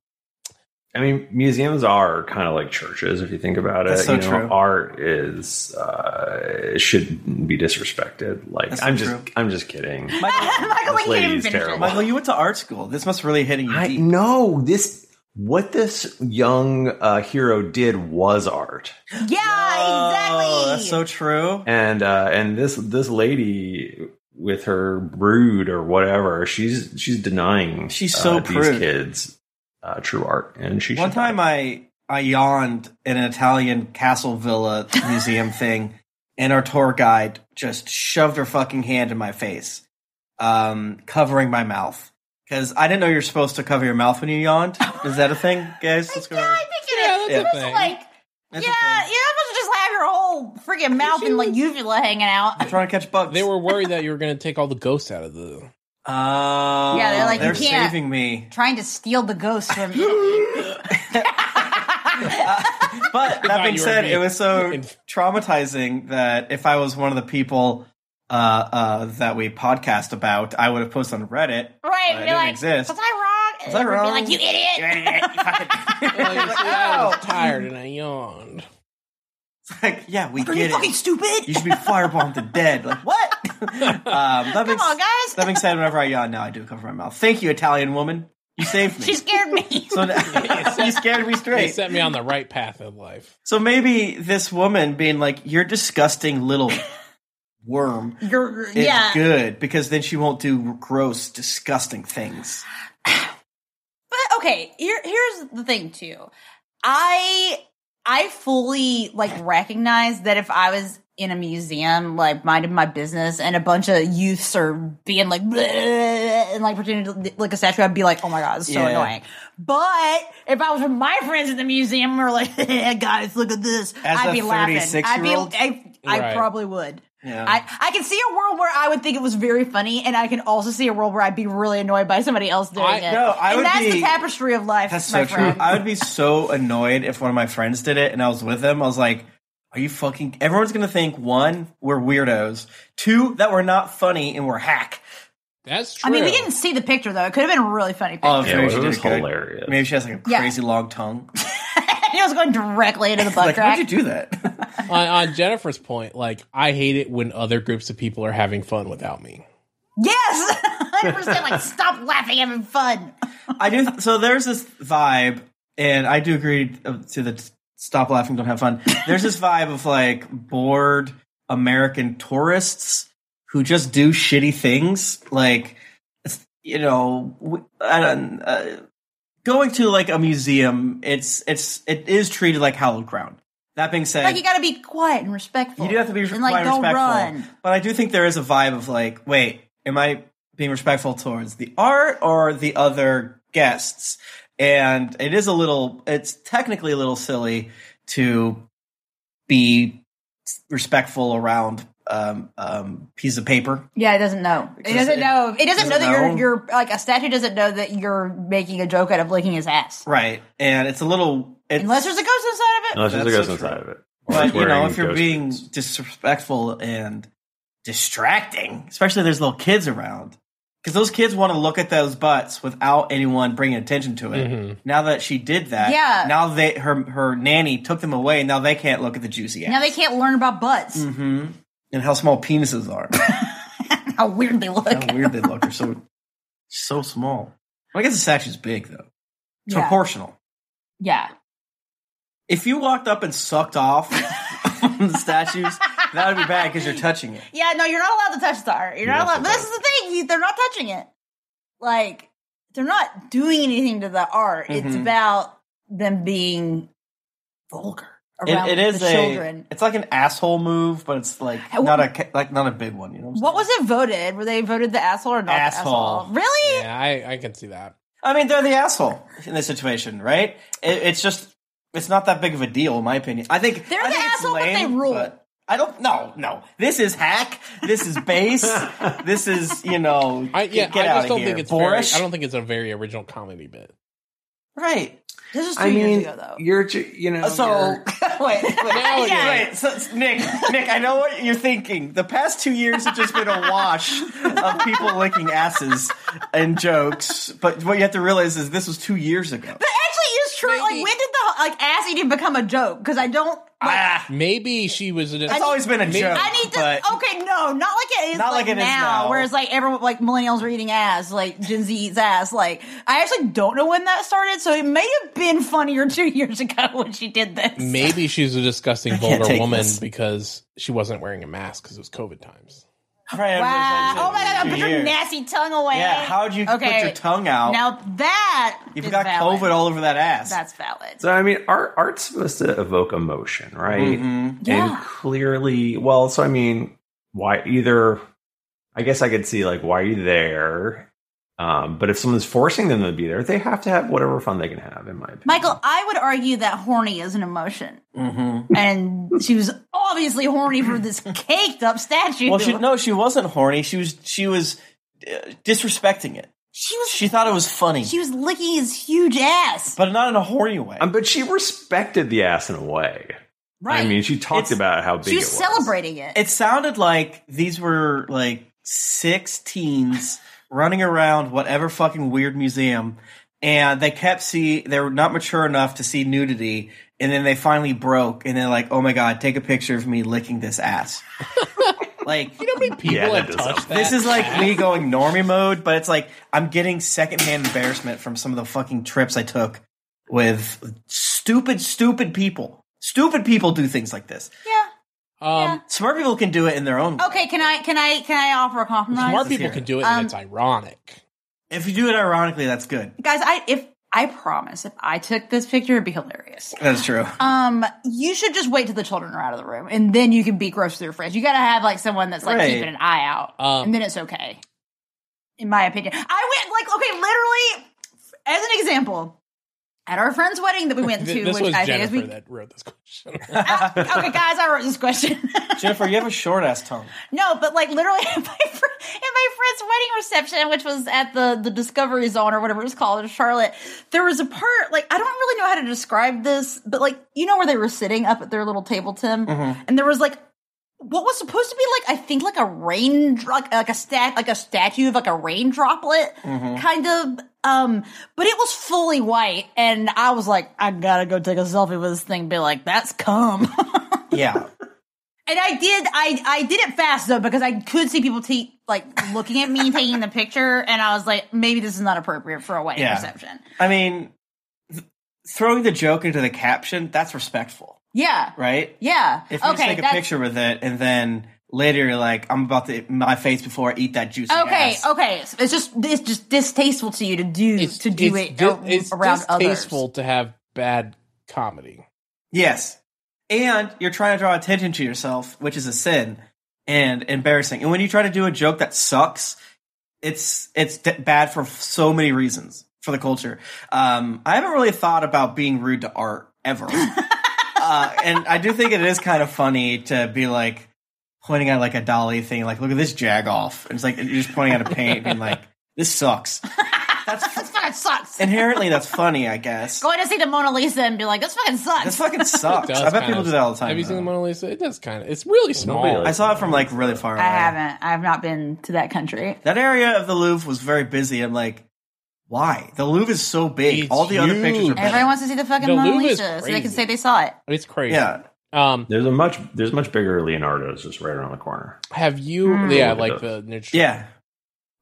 E: I mean, museums are kind of like churches if you think about it.
C: That's so
E: you know,
C: true.
E: art is uh, it shouldn't be disrespected. Like
C: That's
E: I'm
C: so
E: just
C: true.
E: I'm just kidding.
B: <laughs> <laughs> Michael,
E: this
B: you
E: lady
B: didn't finish
E: is
B: it.
E: terrible.
C: Michael, you went to art school. This must really hit you
E: I
C: deep.
E: no, this what this young uh, hero did was art.
B: Yeah,
C: Oh,
B: exactly.
C: that's so true.
E: and uh, and this this lady with her brood or whatever, she's she's denying
C: She's so
E: uh, these
C: prude.
E: kids uh, true art, and she
C: One
E: should
C: time
E: die.
C: I I yawned in an Italian castle villa
B: <laughs>
C: museum thing, and our tour guide just shoved her fucking hand in my face, um, covering my mouth. Because I didn't know you're supposed to cover your mouth when you yawned. Is that a thing, guys? Let's go.
B: Yeah, <laughs> I think it
D: Yeah,
B: is.
D: that's
B: It
D: a
B: was
D: thing.
B: like,
C: That's a
B: yeah,
C: thing.
B: you're not supposed to just have your whole freaking mouth and like uvula hanging out. <laughs>
C: I'm trying to catch bugs.
D: They were worried that you were going to take all the ghosts out of the.
C: Oh,
B: Yeah, they're like,
C: they're
B: you can't.
C: saving me. <laughs>
B: Trying to steal the ghost from Italy.
C: But that
D: thought
C: being
D: you were
C: said,
D: being-
C: it was so <laughs> traumatizing that if I was one of the people uh, uh, that we podcast about, I would have posted
B: <laughs>
C: on Reddit.
B: <laughs> right?
C: Uh, it
B: and you're
C: didn't
B: like,
C: exist.
B: was I wrong?
C: Was I
B: And we'd be
C: wrong?
B: like, you idiot.
C: You idiot, you fucking-
D: Well, you see, I was
C: Ow.
D: tired and I yawned.
C: It's <laughs> like, yeah, we
B: Are you
C: get
B: fucking
C: it.
B: stupid? <laughs>
C: You should be firebombed to dead. Like, what? Um, that
B: Come
C: being,
B: on,
C: s-
B: guys.
C: that being said, whenever I yawn now, I do cover my mouth. Thank you, Italian woman. You saved me.
B: She scared
C: <laughs>
B: me.
C: so
B: <laughs>
C: you scared me
D: They
C: straight.
D: set me on the right path in life.
C: So maybe this woman being like, "You're
B: <laughs>
C: disgusting little worm."
B: You're,
C: Is
B: yeah.
C: good because then she won't do gross, disgusting things.
B: But okay, here here's the thing too. I I fully like recognize that if I was in a museum, like minding my business, and a bunch of youths are being like "Bleh," and like pretending to like a statue, I'd be like, oh my god, it's so
C: Yeah.
B: annoying. But if I was with my friends in the museum, and we're like, <laughs> "Hey, guys, look at this,
C: As
B: I'd
C: a
B: be laughing. I'd be,
C: 36-year-old?
B: I, I
D: Right.
B: probably would.
C: Yeah.
B: I, I can see a world where I would think it was very funny, and I can also see a world where I'd be really annoyed by somebody else doing
D: I-
B: it.
C: no, I
B: and
C: would
B: that's the
C: be-
B: tapestry of life,
C: That's
B: my
C: so true.
B: friend.
C: I would be so annoyed if one of my friends did it and I was with them. I was like, are you fucking. Everyone's going to think one, we're weirdos. Two, that we're not funny and we're hack.
D: That's true.
B: I mean, we didn't see the picture though. It could have been a really funny picture.
C: Oh,
E: Yeah,
C: maybe
E: it
C: she did
E: was
C: it good.
E: hilarious.
C: Maybe she has like a
B: Yeah.
C: crazy long tongue.
B: <laughs> it was going directly into the butt
C: like,
B: crack.
C: how'd you do that?
D: on, on Jennifer's point, like I hate it when other groups of people are having fun without me.
B: yes, <laughs> hundred percent. Like, stop laughing, having fun.
C: I do. So there's this vibe, and I do agree uh, to the t- stop laughing, don't have fun. There's this vibe of like bored American tourists who just do shitty things. Like, it's- you know, w- I don't. Uh, going to like a museum, it's it's it is treated like hallowed ground. That being said,
B: Like, you got to be quiet and respectful.
C: you do have to be
B: and
C: quite
B: like, don't
C: respectful.
B: run.
C: But I do think there is a vibe of like, wait, am I being respectful towards the art or the other guests? And it is a little, it's technically a little silly to be respectful around um, um, piece of paper.
B: Yeah, it doesn't know. It
C: Just-
B: doesn't know. It doesn't
C: doesn't
B: know that
C: know.
B: you're you're like a statue doesn't know that you're making a joke out of licking his ass.
C: Right. And it's a little, it's,
B: Unless there's a ghost inside of it.
E: Unless there's a
C: That's
E: ghost
C: so
E: inside
C: true.
E: of it. Or
C: but
E: it's
C: you know,
E: wearing
C: if you're
E: ghost
C: being
E: boots.
C: disrespectful and distracting, especially if there's little kids around, because those kids want to look at those butts without anyone bringing attention to
E: Mm-hmm.
C: it.
D: Mhm.
C: Now that she did that,
B: Yeah.
C: Now they her her nanny took them away, and now they can't look at the juicy ass.
B: Now they can't learn about butts.
C: hmm And how small penises are,
B: How weird they <laughs> look.
C: how weird they look. They're so so small. I guess the statue's big though. It's
B: Yeah.
C: proportional.
B: Yeah.
C: If you walked up and sucked off <laughs> the statues, that would be bad because you're touching it.
B: Yeah, no, you're not allowed to touch the art. You're
E: You're
B: not
E: not
B: allowed. But this is the thing. You, they're not touching it. Like, they're not doing anything to the art. It's
C: Mhm.
B: about them being vulgar around
C: it, it is
B: the
C: a,
B: children.
C: It's like an asshole move, but it's like
B: Hey, wh-
C: not a ca- like not a big one. You know. What,
B: What was it voted? Were they voted the asshole or not
C: Asshole.
B: the asshole? Really?
D: Yeah, I, I can see that.
C: I mean, they're the asshole in this situation, right? It, it's just it's not that big of a deal, in my opinion. I think
B: They're
C: I
B: the
C: think it's
B: asshole, but they rule.
C: I don't. No, no. This is hack. This is
D: <laughs>
C: base. this is you know.
D: I yeah,
C: get, get
D: I
C: out
D: just
C: of
D: don't
C: here.
D: think it's
C: Boris.
D: very. I don't think it's a very original comedy bit.
C: right.
B: This is two
E: I
B: years
E: mean,
B: ago, though.
E: you're ju- you
B: Oh,
E: know.
C: So
E: you're-
B: <laughs>
C: wait, wait, <laughs>
D: Nowadays.
C: wait. So, Nick, Nick, I know what you're thinking. The past two years have just been a wash of people licking asses and jokes. But what you have to realize is this was two years ago.
B: But actually, it's true. Like,
D: Maybe-
B: when did the like ass eating become a joke? Because I don't. Like,
C: Ah,
D: Maybe she was just.
C: it's always been a
D: Maybe-
C: joke.
B: I need to. oh,
C: but
B: okay, no, not like it is
C: Not
B: like,
C: like it is
B: now,
C: now.
B: Whereas like everyone, like millennials are eating ass, like Gen Z eats ass. Like I actually don't know when that started, so it may have been funnier <laughs> two years ago when she did this.
D: Maybe she was a disgusting
C: can't
D: vulgar
C: take
D: woman
C: this.
D: because she wasn't wearing a mask because it was COVID times.
C: Right,
B: Wow!
C: everyone's like,
B: Oh my god!
C: two
B: Put your
C: years.
B: nasty tongue away.
C: Yeah, how'd you
B: Okay,
C: put your tongue out?
B: Now that
C: You've
B: is
C: got
B: valid.
C: COVID all over that ass.
B: That's valid.
E: So I mean, art art's supposed to evoke emotion, right?
C: Mhm.
B: Yeah.
E: And clearly, well, so I mean, why either? I guess I could see like why are you there? Um, but if someone's forcing them to be there, they have to have whatever fun they can have. In my opinion,
B: Michael, I would argue that horny is an emotion,
C: Mhm.
B: and she was obviously horny for this <laughs> caked-up statue.
C: Well, she, no, she wasn't horny. She was she was uh, disrespecting it.
B: she was
C: She thought it was funny,
B: She was licking his huge ass.
C: but not in a horny way.
E: Um, but she respected the ass in a way.
B: Right.
E: I mean, she
C: It's-
E: talked about how big
B: she was
E: it was.
B: celebrating it.
C: it sounded like these were like six teens running around whatever fucking weird museum and they kept see they were not mature enough to see nudity and then they finally broke and they're like oh my god take a picture of me licking this ass <laughs> Like
D: You know how many people
E: Yeah, that
D: have
E: does
D: touched
E: help.
D: that?
C: this is like
D: app?
C: me going normie mode, but it's like I'm getting secondhand embarrassment from some of the fucking trips I took with stupid, stupid people. Stupid people do things like this.
B: Yeah.
D: Um,
C: Smart people can do it in their own. way.
B: Okay. Can I? Can I? Can I offer a compromise?
D: Smart
C: Nice.
D: people
C: Let's hear
D: can
C: it.
D: do it,
B: Um,
D: and it's ironic.
C: If you do it ironically, that's good.
B: guys. I if I promise, if I took this picture, it'd be hilarious.
C: That's true.
B: Um, you should just wait till the children are out of the room, and then you can be gross to your friends. You gotta have like someone that's like
C: Right.
B: keeping an eye out,
D: Um,
B: and then it's okay. In my opinion, I went like okay, literally as an example at our friend's wedding that we went
D: <laughs> Th-
B: to,
D: this
B: which
D: was
B: I think is
D: Jennifer
B: we.
D: that wrote
B: <laughs>
D: this question.
B: Ah, okay, guys, I wrote this question.
C: Jennifer, you have a short ass tongue.
B: no, but like literally <laughs> at my, fr- at my friend's wedding reception, which was at the the Discovery Zone or whatever it was called in Charlotte, there was a part like I don't really know how to describe this, but like you know where they were sitting up at their little table, Tim, and there was like what was supposed to be like I think like a rain like, like a stat like a statue of like a rain droplet kind of um but it was fully white and I was like I gotta go take a selfie with this thing and be like that's cum <laughs>
C: Yeah.
B: and I did, I I did it fast though because I could see people te- like looking at me taking the picture, and I was like, maybe this is not appropriate for a wedding
C: Yeah.
B: reception.
C: I mean, th- throwing the joke into the caption, that's respectful,
B: Yeah,
C: right?
B: yeah.
C: If you
B: okay,
C: just take a
B: that's-
C: picture with it and then later you're like, I'm about to eat my face before I eat that juicy
B: Okay,
C: ass.
B: okay. So it's just it's just distasteful to you to do to do it
D: di-
B: a- around
D: distasteful
B: others.
D: to have bad comedy.
C: Yes. And you're trying to draw attention to yourself, which is a sin and embarrassing. And when you try to do a joke that sucks, it's it's d- bad for f- so many reasons for the culture. Um, I haven't really thought about being rude to art ever. uh, and I do think it is kind of funny to be like pointing at like a dolly thing, like look at this jag off. And it's like you're just pointing at a paint and being like this sucks.
B: <laughs> This fucking sucks.
C: Inherently, that's funny, I guess.
B: Going to see the Mona Lisa and be like, this fucking
C: This
B: sucks.
C: fucking sucks.
D: does
C: I bet
D: kind
C: people
D: of-
C: do that all the time.
D: Have you seen
C: though.
D: the Mona Lisa? It does kind of. It's really small.
E: likes
C: I saw it from like really far away.
B: I haven't. I have not been to that country.
C: That area of the Louvre was very busy. I'm like, why? The Louvre is so big.
D: It's
C: All the other pictures are
D: huge.
C: better.
B: Everyone wants to see the fucking
D: The
B: Mona
D: Louvre is
B: Lisa so they can
D: crazy.
B: say they saw it.
D: It's crazy.
C: yeah.
D: Um.
E: There's a much there's much bigger Leonardo's just right around the corner.
D: Have you?
B: Hmm.
D: Yeah. Like the neutral.
C: Yeah.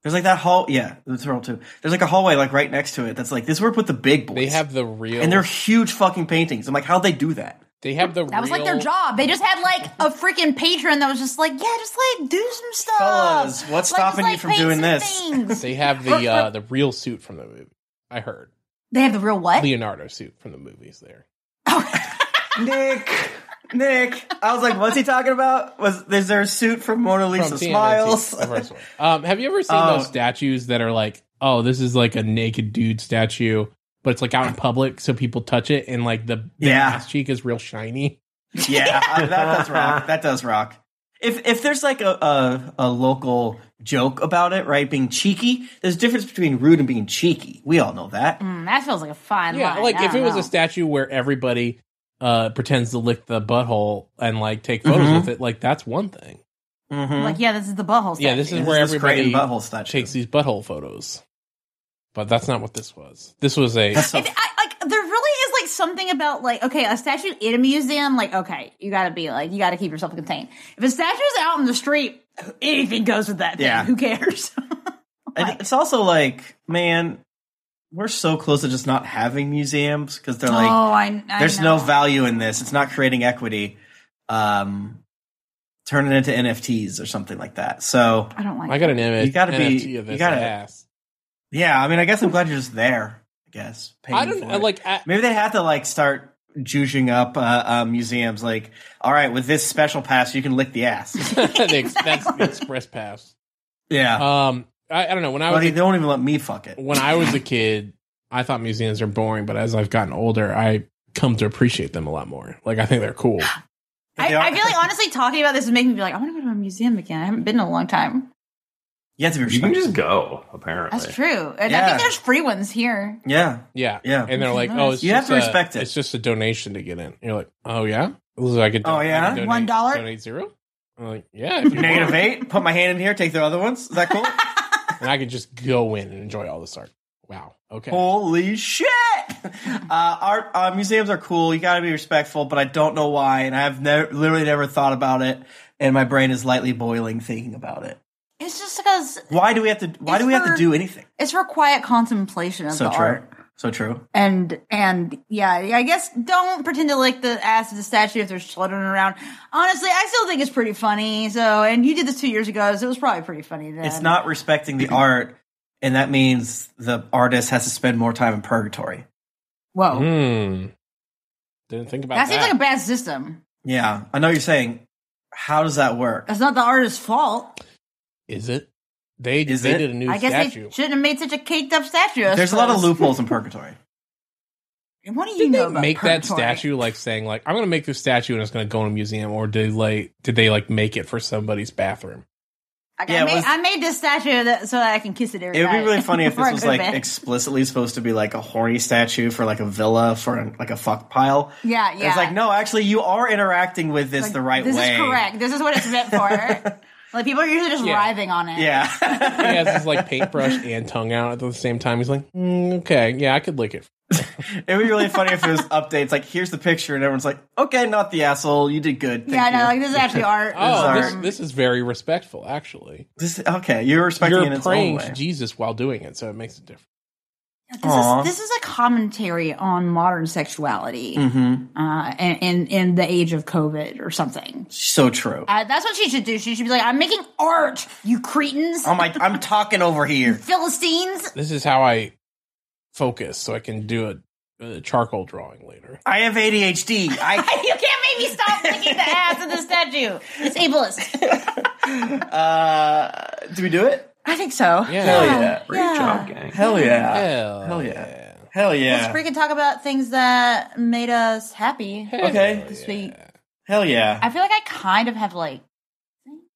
C: There's like that hall. Yeah, the Tyrol too. There's like a hallway like right next to it. That's like this is where we put the big boys.
D: They have the real.
C: and they're huge fucking paintings. I'm like, how'd they do that?
D: They have the.
B: That was like their
D: real-
B: job. They just had like a freaking patron that was just like, yeah, just like do some stuff.
C: Fellas, what's
B: Like, just,
C: stopping you
B: like,
C: from
B: paint
C: doing
B: some
C: this?
B: things.
D: <laughs> They
B: <laughs>
D: have the uh, the real suit from the movie. I heard
B: they have the real what?
D: Leonardo suit from the movies. There.
C: Nick, Nick. I was like, what's he talking about? Was is there a suit from Mona
D: From
C: Lisa
D: TNT, <laughs>
C: Smiles?
D: the first one. Um, have you ever seen
C: Oh.
D: those statues that are like, oh, this is like a naked dude statue, but it's like
C: <coughs>
D: out in public, so people touch it, and like the, the
C: Yeah.
D: ass cheek is real shiny. <laughs>
C: Yeah, uh, that does rock. That does rock. If if there's like a, a a local joke about it, right? Being cheeky, there's a difference between rude and being cheeky. We all know that.
B: Mm, that feels like a fine
D: Yeah,
B: line.
D: like
B: I
D: if it
B: don't
D: was
B: know.
D: a statue where everybody uh pretends to lick the butthole and like take photos
C: Mhm.
D: with it, like that's one thing.
C: Mm-hmm.
B: like yeah, this is the butthole.
D: Yeah, this
B: statue.
D: is where
C: Creighton
D: everybody
C: butthole statue.
D: Takes these butthole photos. But that's not what this was. This was a
C: That's so
B: It, I, like there really is like something about like okay a statue in a museum like okay you gotta be like you gotta keep yourself contained if a statue is out in the street anything goes with that thing
C: Yeah.
B: who
C: <laughs>
B: cares
C: And it's also like, man, we're so close to just not having museums because they're like,
B: Oh, I, I
C: there's
B: know.
C: no value in this. It's not creating equity. Um, turn it into NFTs or something like that. So
B: I don't like
D: I got an image
C: You gotta be-
D: NFT of
C: you
D: this
C: gotta-
D: ass.
C: yeah, I mean, I guess I'm glad you're just there. I guess paying
D: I don't
C: for it.
D: like I, <laughs>
C: Maybe they have to like start juicing up uh, uh, museums. Like, all right, with this special pass, you can lick the
D: <laughs>
C: ass.
D: the ex- that's
C: <laughs>
D: the express pass.
C: yeah,
D: Um I, I don't know. When I
C: but
D: was
C: they
D: a
C: don't even let me fuck it.
D: when I was a kid, I thought museums are boring, but as I've gotten older, I come to appreciate them a lot more. Like I think
B: <gasps>
D: they're cool.
C: They
B: I,
C: are-
B: I feel like honestly talking about this is making me be like, I want to go to a museum again. I haven't been in a long time.
C: You have to be
E: You can
C: respectful.
E: just go, apparently.
B: That's true. And I
C: Yeah.
B: think there's free ones here.
C: yeah,
D: Yeah.
C: yeah.
D: And they're like,
B: Nice.
D: oh, it's
C: You have
D: just
C: to
D: a-
C: respect it.
D: It's just a donation to get in. You're like, oh yeah, so I could.
C: Oh,
D: I
C: yeah?
D: could donate-
B: One dollar?
D: donate zero. I'm like, yeah,
B: <laughs>
D: if you
C: Negative
D: want.
C: eight. Put my hand in here. Take the other ones. Is that cool?
D: and I could just go in and enjoy all this art. Wow. Okay.
C: Holy shit! Uh, art uh, museums are cool. You got to be respectful, but I don't know why, and I've never, literally never thought about it, and my brain is lightly boiling thinking about it.
B: It's just because
C: Why do we have to? Why
B: It's
C: do we have
B: for-
C: to do anything?
B: it's for quiet contemplation of
C: So
B: the
C: true.
B: art.
C: So true.
B: And and yeah, I guess don't pretend to lick the ass of the statue if there's children around. Honestly, I still think it's pretty funny. So, and you did this two years ago, so it was probably pretty funny then.
C: It's not respecting the art, and that means the artist has to spend more time in purgatory.
B: Whoa,
C: Mm-hmm.
D: Hmm. Didn't think about
B: that
D: that.
B: seems like a bad system.
C: Yeah, I know you're saying. How does that work?
B: That's not the artist's fault.
D: Is it? They,
C: Is
D: they
C: it?
D: did a new
B: I guess
D: statue.
B: they shouldn't have made such a caked up statue. I
C: There's a lot of
B: suppose.
C: loopholes
B: <laughs>
C: in purgatory.
B: What do you
D: Did
B: know
D: they
B: about
D: make that
B: purgatory?
D: statue like saying like I'm gonna make this statue and it's gonna go in a museum, or did like did they like make it for somebody's bathroom?
B: I,
C: Yeah,
B: I,
C: it
B: made,
C: was-
B: I made this statue that, so that I can kiss it every
C: It would be
B: night <laughs>
C: really funny if
B: before
C: this
B: I
C: was
B: go to
C: like
B: bed.
C: explicitly supposed to be like a horny statue for like a villa for like a fuck pile.
B: yeah, yeah.
C: It's like, no, actually, you are interacting with this the right
B: this
C: way.
B: is correct. This is what it's meant
C: <laughs>
B: for. like people are usually just
D: Yeah.
B: writhing on it.
D: He
C: Yeah. <laughs>
B: <laughs>
D: has his like paintbrush and tongue out at the same time. He's like, "Mm, okay, yeah, I could lick it.
C: it would be really funny if it was updates like, here's the picture, and everyone's like, okay, not the asshole. You did good. Thank
B: yeah, no, like
C: you.
B: this is
C: <laughs>
B: actually art.
D: Oh,
C: This
D: this,
C: is
D: this is very respectful, actually.
C: This, okay, you're respecting it in
D: You're
C: its own
D: praying
C: way.
D: to Jesus while doing it, so it makes a difference.
B: this
C: Aw.
B: is this is a commentary on modern sexuality
C: Mhm.
B: uh, in, in in the age of COVID or something.
C: So true.
B: Uh, that's what she should do. She should be like, "I'm making art, you cretins,
C: Oh my, I'm talking over here.
B: Philistines." <laughs>
D: This is how I focus, so I can do a, a charcoal drawing later.
C: I have ADHD. <laughs> I,
B: You can't make me stop licking the ass of the statue. It's ableist.
C: uh, do we do it?
B: I think so.
D: Yeah.
C: Hell yeah.
E: Great
B: Yeah.
E: job, gang.
C: Hell yeah.
D: Hell,
C: Hell yeah. Hell yeah.
B: Let's freaking talk about things that made us happy
C: Okay.
B: this week.
C: Hell yeah.
B: I feel like I kind of have like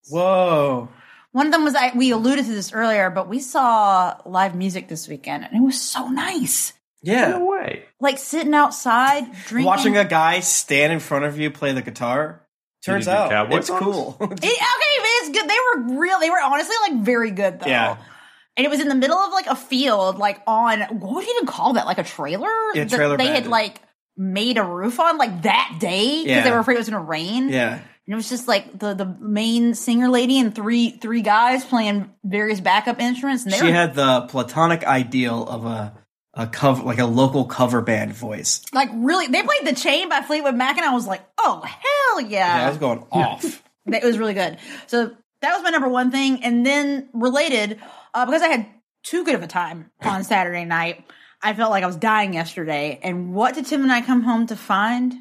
C: Whoa.
B: One of them was I, we alluded to this earlier, but we saw live music this weekend, and it was so nice.
E: No
C: Yeah.
E: way.
B: Like sitting outside, drinking.
C: Watching a guy stand in front of you play the guitar.
E: Did he
C: Turns
E: do
C: out
E: cowboy
C: it's
B: <laughs>
E: songs?
C: cool.
B: It-
C: <laughs>
B: okay, but it's good. They were real. They were honestly like very good though.
C: Yeah.
B: And it was in the middle of like a field, like on what would you even call that? Like a trailer.
C: Yeah,
B: that
C: trailer
B: They had
C: bandit.
B: like made a roof on like that day because
C: Yeah.
B: they were afraid it was going to rain.
C: yeah.
B: And it was just like the the main singer lady and three three guys playing various backup instruments. And they
C: She
B: were
C: had the platonic ideal of a a cover like a local cover band voice.
B: like really they played the chain by fleetwood mac and i was like oh hell
C: Yeah, I
B: yeah,
C: was going off.
B: it was really good so that was my number one thing and then related uh, because i had too good of a time
C: <laughs>
B: on saturday night i felt like i was dying yesterday and what did tim and i come home to find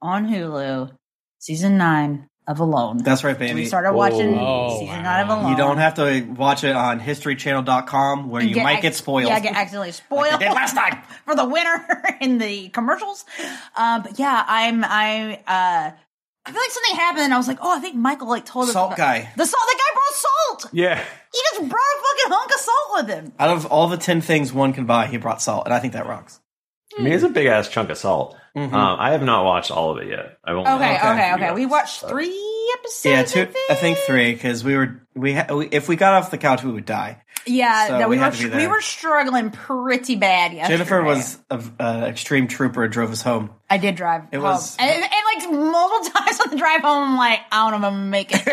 B: on hulu season 9 of alone
C: That's right,
B: <laughs> we
C: baby.
B: started
E: Whoa.
B: watching
D: Oh,
B: season
D: wow.
B: 9 of alone
C: You don't have to watch it on historychannel.com where
B: And
C: you might
B: ac-
C: get spoiled.
B: Yeah, get accidentally
C: <laughs> I
B: spoiled
C: did last time.
B: <laughs> for the winner in the commercials. Uh, but yeah, I'm I uh, I feel like something happened. and I was like, oh, I think Michael like told us
C: Salt
B: about-
C: guy.
B: The salt. The guy brought salt.
E: Yeah.
B: He just brought a fucking hunk of salt with him.
C: Out of all the 10 things one can buy, he brought salt, and I think that rocks.
E: I
B: Hmm.
E: mean, it's a big ass chunk of salt.
C: Mhm.
E: Um, I have not watched all of it yet. I've only
B: Okay,
E: watched a
B: okay, okay.
E: few
B: We
E: episodes,
B: watched
E: but-
B: three episodes.
C: Yeah, two. I
B: I
C: think three because we were we, ha- we if we got off the couch we would die.
B: Yeah,
C: So
B: that we,
C: we
B: were
C: had to be
B: we
C: there.
B: were struggling pretty bad yesterday.
C: Jennifer was an uh, extreme trooper and drove us home. <laughs>
B: I did drive. It
C: was-
B: and, and, like multiple <laughs> times on the drive home. I'm like, I don't know if I'm gonna make
C: <laughs>
B: it.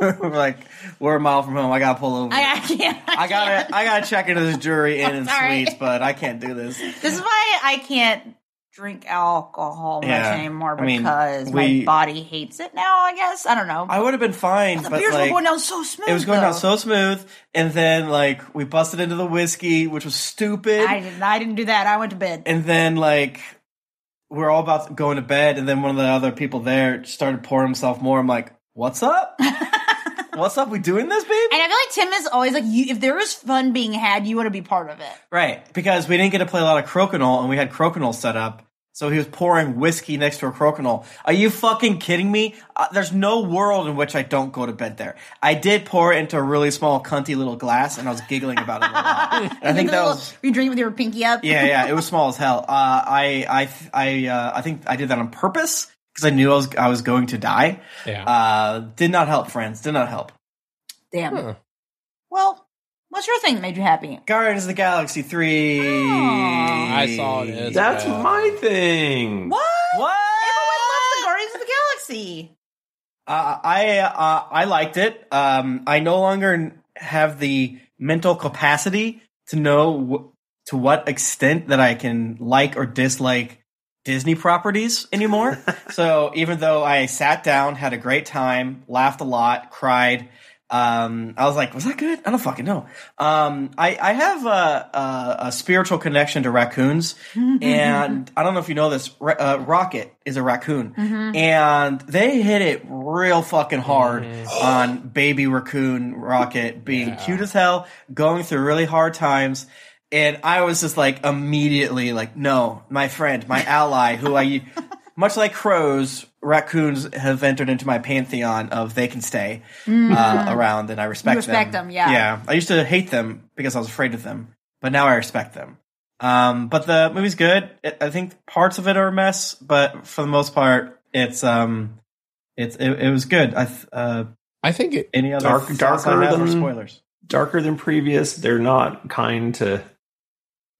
C: we're like we're a mile from home. I gotta pull over.
B: I, I can't.
C: I gotta I gotta check into this
B: <laughs>
C: jury inn and
B: Sorry.
C: suites, but I can't do this.
B: This is why I can't drink alcohol much
C: Yeah.
B: anymore
C: I mean,
B: because my
C: we-
B: body hates it now. I guess I don't know.
C: I would have been fine,
B: the
C: but
B: beers
C: like,
B: were going down so smooth.
C: it was going down
B: though.
C: so smooth, and then like we busted into the whiskey, which was stupid,
B: I didn't. I didn't do that. I went to bed.
C: and then like. We're all about to go into bed, and then one of the other people there started pouring himself more. I'm like, "What's up? What's up? We doing this, baby?"
B: And I feel like Tim is always like, you, if there is fun being had, you want to be part of
C: <laughs>
B: it.
C: Right, because we didn't get to play a lot of crokinole, and we had crokinole set up. So he was pouring whiskey next to a crokinole. Are you fucking kidding me? Uh, there's no world in which I don't go to bed there. I did pour it into a really small, cunty little glass, and I was giggling about it
B: <laughs>
C: a lot. And I think
B: The
C: that
B: little-
C: was
B: you drink with your pinky up.
C: yeah, yeah. It was small as hell. Uh, I, I, th- I, uh, I think I did that on purpose because I knew I was I was going to die.
D: Yeah.
C: Uh, did not help, friends. Did not help.
B: <laughs> Damn.
D: Huh.
B: Well, What's your thing that made you happy?
C: Guardians of the Galaxy 3.
B: Aw.
D: Oh, I saw it as-
E: That's
D: Yeah.
E: my thing.
B: What?
C: What?
B: Everyone loves the Guardians of the Galaxy.
C: Uh, I uh, I liked it. Um, I no longer have the mental capacity to know w- to what extent that I can like or dislike Disney properties anymore. so even though I sat down, had a great time, laughed a lot, cried, um, I was like, was that good? I don't fucking know. Um, I I have a, a, a spiritual connection to raccoons, and I don't know if you know this. Ra- uh, Rocket is a raccoon and they hit it real fucking hard on baby raccoon rocket being cute as hell going through really hard times and i was just like immediately like no my friend my ally who i much like crows raccoons have entered into my pantheon of they can stay uh, around and i respect,
B: Mm-hmm. You respect them, yeah.
C: yeah i used to hate them because i was afraid of them but now i respect them um, but the movie's good. It, I think parts of it are a mess, but for the most part, it's um, it's it, it was good. I th- uh,
D: I think it,
C: any other
E: Dark-
C: thoughts
E: darker
C: I have or
E: than-
C: spoilers?
E: Darker than previous. They're not kind to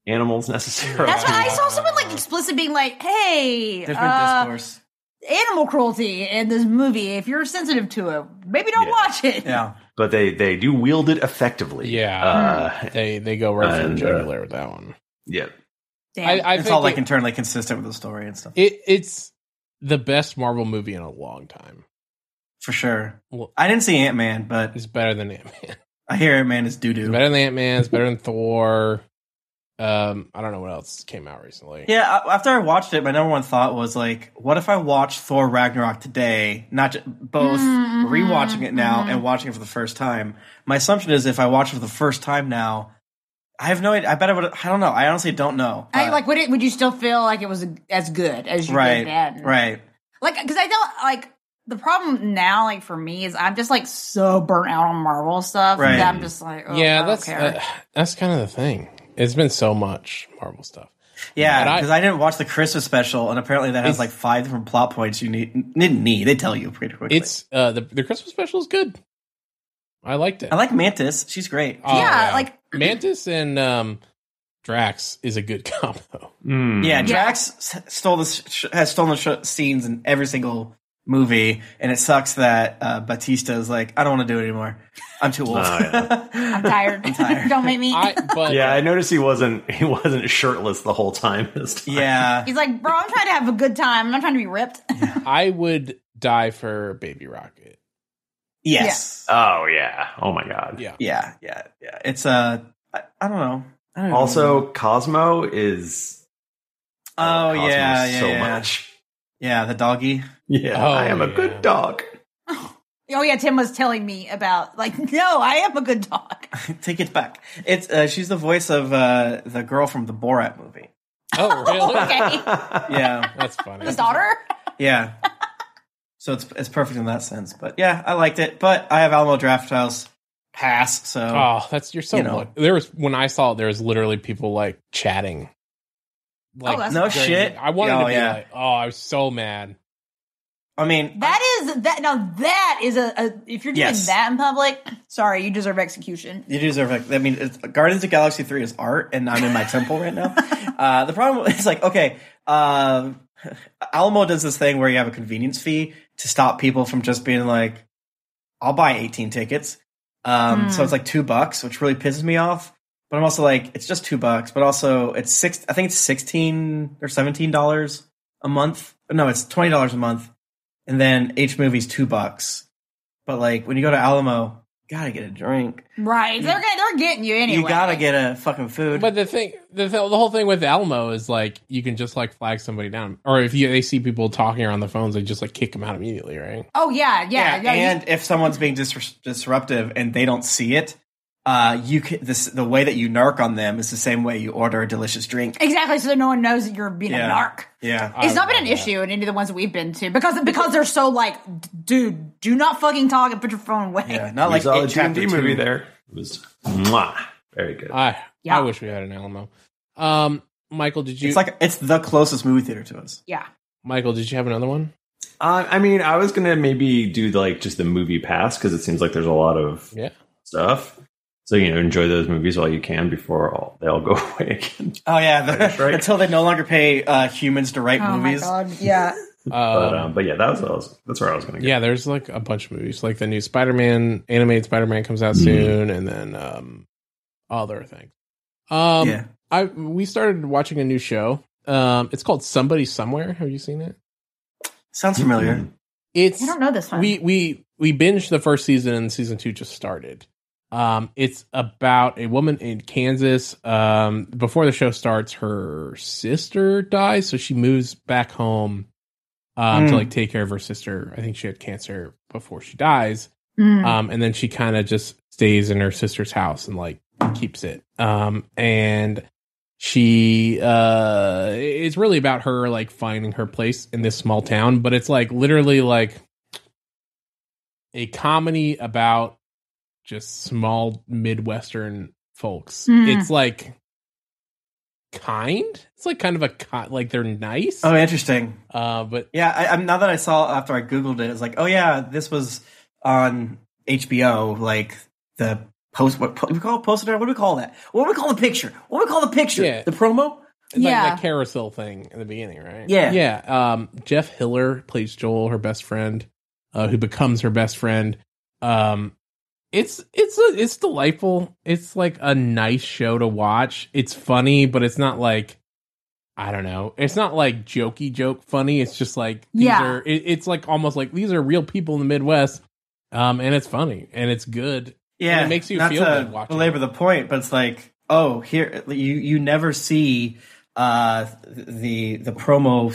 E: animals necessarily.
B: That's why I saw someone like explicit being like, "Hey,
C: Different
B: uh,
C: discourse.
B: animal cruelty in this movie. If you're sensitive to it, maybe don't
E: Yeah.
B: watch it."
C: Yeah,
E: but they they do wield it effectively.
D: Yeah.
E: Uh,
D: they they go right for the
E: And, uh,
D: jugular with that one.
E: yeah.
D: I,
B: <laughs> Damn.
D: I
C: it's
D: think
C: all like
D: it-
C: internally consistent with the story and stuff
D: it, it's the best Marvel movie in a long time.
C: for sure.
D: Well-
C: I didn't see Ant Man, but
D: It's better than Ant Man.
C: I hear Ant Man is doo
D: <laughs> It's
C: doo.
D: better than Ant Man. It's better than Thor. Um, I don't know what else came out recently.
C: Yeah, a- after I watched it, my number one thought was like, what if I watched Thor Ragnarok today, not ju- both
B: Mm, mhm,
C: rewatching it now
B: mhm.
C: and watching it for the first time? My assumption is if I watch it for the first time now, I have no idea. I bet I would. I don't know. I honestly don't know.
B: I,
C: But-
B: like would it would you still feel like it was as good as you
C: uh, right,
B: did then?
C: right.
B: Like because I felt like the problem now, like for me, is I'm just like so burnt out on Marvel stuff
C: Right.
B: that I'm just like, oh, I
D: yeah,
B: don't
D: that's
B: care.
D: uh, that's kind of the thing. It's been so much Marvel stuff. But
C: Yeah,
D: I-
C: because I, didn't watch the Christmas special, and apparently that has like five different plot points you need. Didn't need. They tell you pretty quickly.
D: It's uh, the the Christmas special is good. I liked it.
C: I like Mantis. She's great.
B: <laughs>
D: Oh,
B: Yeah, like-
D: Mantis and um, Drax is a good <laughs> combo.
E: Mm.
C: Yeah, Drax s- stole the sh- has stolen the sh- scenes in every single movie, and it sucks that uh, Batista is like, I don't want to do it anymore. I'm too old.
E: Oh,
C: <laughs>
E: yeah.
B: I'm tired. <laughs>
C: tired.
B: don't make me.
D: I but
E: Yeah, I noticed he wasn't <laughs> he wasn't shirtless the whole time <laughs> this time.
C: yeah,
B: He's like, bro, I'm trying to have a good time. I'm not trying to be ripped. <laughs>
D: I would die for Baby Rocket.
C: yes, yeah,
E: Oh yeah. Oh my god.
B: <laughs>
D: Yeah.
C: yeah, yeah. It's uh, I, I don't know. I don't know.
E: Also, Cosmo is
C: oh
E: uh, Cosmo
C: yeah, yeah,
E: so
C: yeah.
E: much.
C: yeah. The doggy. <laughs>
E: Yeah,
D: Oh,
E: I am a
D: yeah.
E: good dog.
B: Oh yeah, Tim was telling me about like, <laughs> no, I am a good dog. <laughs>
C: Take it back. It's uh, she's the voice of uh, the girl from the Borat movie.
D: Oh really?
E: <laughs>
B: Okay.
C: Yeah,
D: That's funny.
B: His daughter?
C: yeah. So it's it's perfect in that sense. But yeah, I liked it. But I have Alamo Drafthouse pass. So
D: Oh, that's you're so
C: You know.
D: lucky. There was when I saw it, there was literally people like chatting. Like,
B: Oh, that's
C: No
B: during-
C: shit.
D: I wanted
C: Oh,
D: to be
C: yeah.
D: like, oh, I was so mad.
C: I mean,
B: That is that now that is a, a if you're doing
C: Yes. that
B: that in public, sorry, you deserve execution.
C: you deserve like I mean, it's, Guardians of the Galaxy Three is art, and I'm in my temple right now. Uh, the problem is like, okay, um Alamo does this thing where you have a convenience fee to stop people from just being like, "I'll buy 18 tickets." Um, So it's like two bucks, which really pisses me off. But I'm also like, it's just two bucks, but also it's six. I think it's 16 or 17 dollars a month. No, it's 20 dollars a month, and then each movie's two bucks. But like when you go to Alamo, you gotta get a drink.
B: Right. They're gonna, they're getting you anyway.
C: You gotta get a fucking food.
D: But the thing, the, th- the whole thing with Alamo is like you can just like flag somebody down, or if you they see people talking around the phones, they just like kick them out immediately, right?
B: Oh yeah, yeah, yeah. you-
C: and if someone's being dis- disruptive and they don't see it, uh, you can, this, the way that you narc on them is the same way you order a delicious drink.
B: exactly, so that no one knows that you're being
C: Yeah.
B: a narc.
C: Yeah,
D: I
B: It's not been an
D: love that.
B: issue in any of the ones that we've been to because because they're so like, d- dude, do not fucking talk and put your phone away.
C: yeah, not
E: we
C: like
E: saw
C: it,
E: the
C: chapter
E: D&D
C: two.
E: movie there. It was mwah, very good.
D: I
B: Yeah.
D: I wish we had an Alamo. Um, Michael, did you?
C: It's like it's the closest movie theater to us.
B: <laughs> Yeah.
D: Michael, did you have another one?
E: Uh, I mean, I was gonna maybe do like just the movie pass because it seems like there's a lot of
D: Yeah.
E: stuff. So you know, enjoy those movies while you can before all, they all <laughs> go away again.
C: Oh <laughs> yeah, the-
E: That's right.
C: until they no longer pay uh, humans to write
B: Oh my
C: movies.
B: god!
C: <laughs>
B: Yeah,
E: But
D: Um,
E: um, but yeah, that was, what I was that's where I was going to go.
D: yeah, there's like a bunch of movies, like the new Spider-Man animated Spider-Man comes
C: Mm-hmm.
D: out soon, and then um, other things. Um,
C: yeah,
D: I we started watching a new show. Um, it's called Somebody Somewhere. Have you seen it?
C: sounds familiar.
E: Mhm.
D: It's
B: I don't know this one.
D: we we we binged the first season and season two just started um it's about a woman in kansas um before the show starts her sister dies so she moves back home um to
C: Mm.
D: like take care of her sister i think she had cancer before she dies
B: Mm.
C: uh,
D: um and then she kind of just stays in her sister's house and like keeps it um and she uh it's really about her like finding her place in this small town but it's like literally like a comedy about just small midwestern folks
B: Mm.
D: it's like kind it's like kind of a ki- like they're nice
C: Oh, interesting.
D: uh but
C: Yeah, I, I'm now that I saw after I googled it, it's like, oh yeah, this was on HBO. Like the post, what po- we call it poster? What do we call that? What do we call the picture? What do we call the picture?
D: Yeah.
C: The promo?
D: It's
B: Yeah.
D: like that carousel thing in the beginning, right?
C: Yeah.
D: Yeah. Um, Jeff Hiller plays Joel, her best friend, uh, who becomes her best friend. Um, it's it's a, it's delightful. It's like a nice show to watch. It's funny, but it's not like I don't know. It's not like jokey joke funny. It's just like these
B: Yeah.
D: are- it, it's like almost like these are real people in the Midwest. Um, and it's funny and it's good.
C: Yeah,
D: it makes you
C: not
D: feel
C: to
D: good watching
C: belabor
D: it.
C: the point, but it's like, oh, here you you never see uh the the promo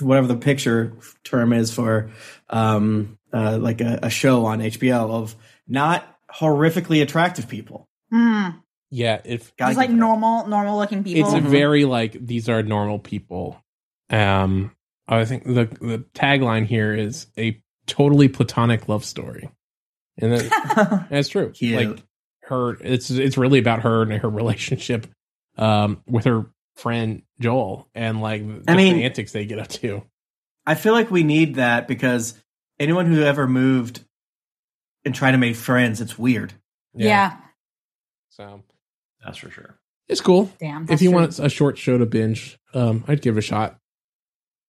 C: whatever the picture term is for um uh like a, a show on HBO of not horrifically attractive people.
B: Mm.
D: Yeah, if
C: Gotta
B: Just like
C: give it up.
B: normal, normal looking people.
D: It's a
C: Mhm.
D: very like these are normal people. Um, I think the the tagline here is a totally platonic love story,
B: <laughs>
D: and that, that's true.
C: Cute.
D: Like her, it's it's really about her and her <laughs> relationship um with her friend Joel, and like just
C: mean-
D: the antics they get up to.
C: I feel like we need that because anyone who ever moved and tried to make friends, it's weird.
B: yeah.
D: so
E: That's for sure.
D: it's cool.
B: Damn.
D: if
B: that's
D: you
B: true.
D: want a short show to binge, um, I'd give it a shot.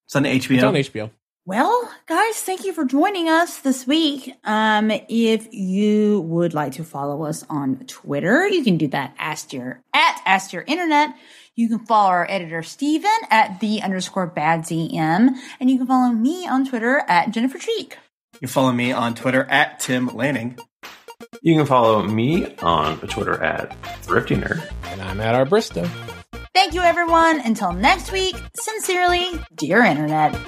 C: It's on HBO.
D: It's on HBO.
B: Well, guys, thank you for joining us this week. Um, if you would like to follow us on Twitter, you can do that Ask Your at Ask Your Internet. You can follow our editor Steven at the underscore bad ZM, and you can follow me on Twitter at Jennifer Treek.
C: you can follow me on Twitter at Tim Lanning.
E: You can follow me on Twitter at Thrifty Nerd.
D: And I'm at our Bristow.
B: Thank you, everyone. Until next week, sincerely, dear Internet.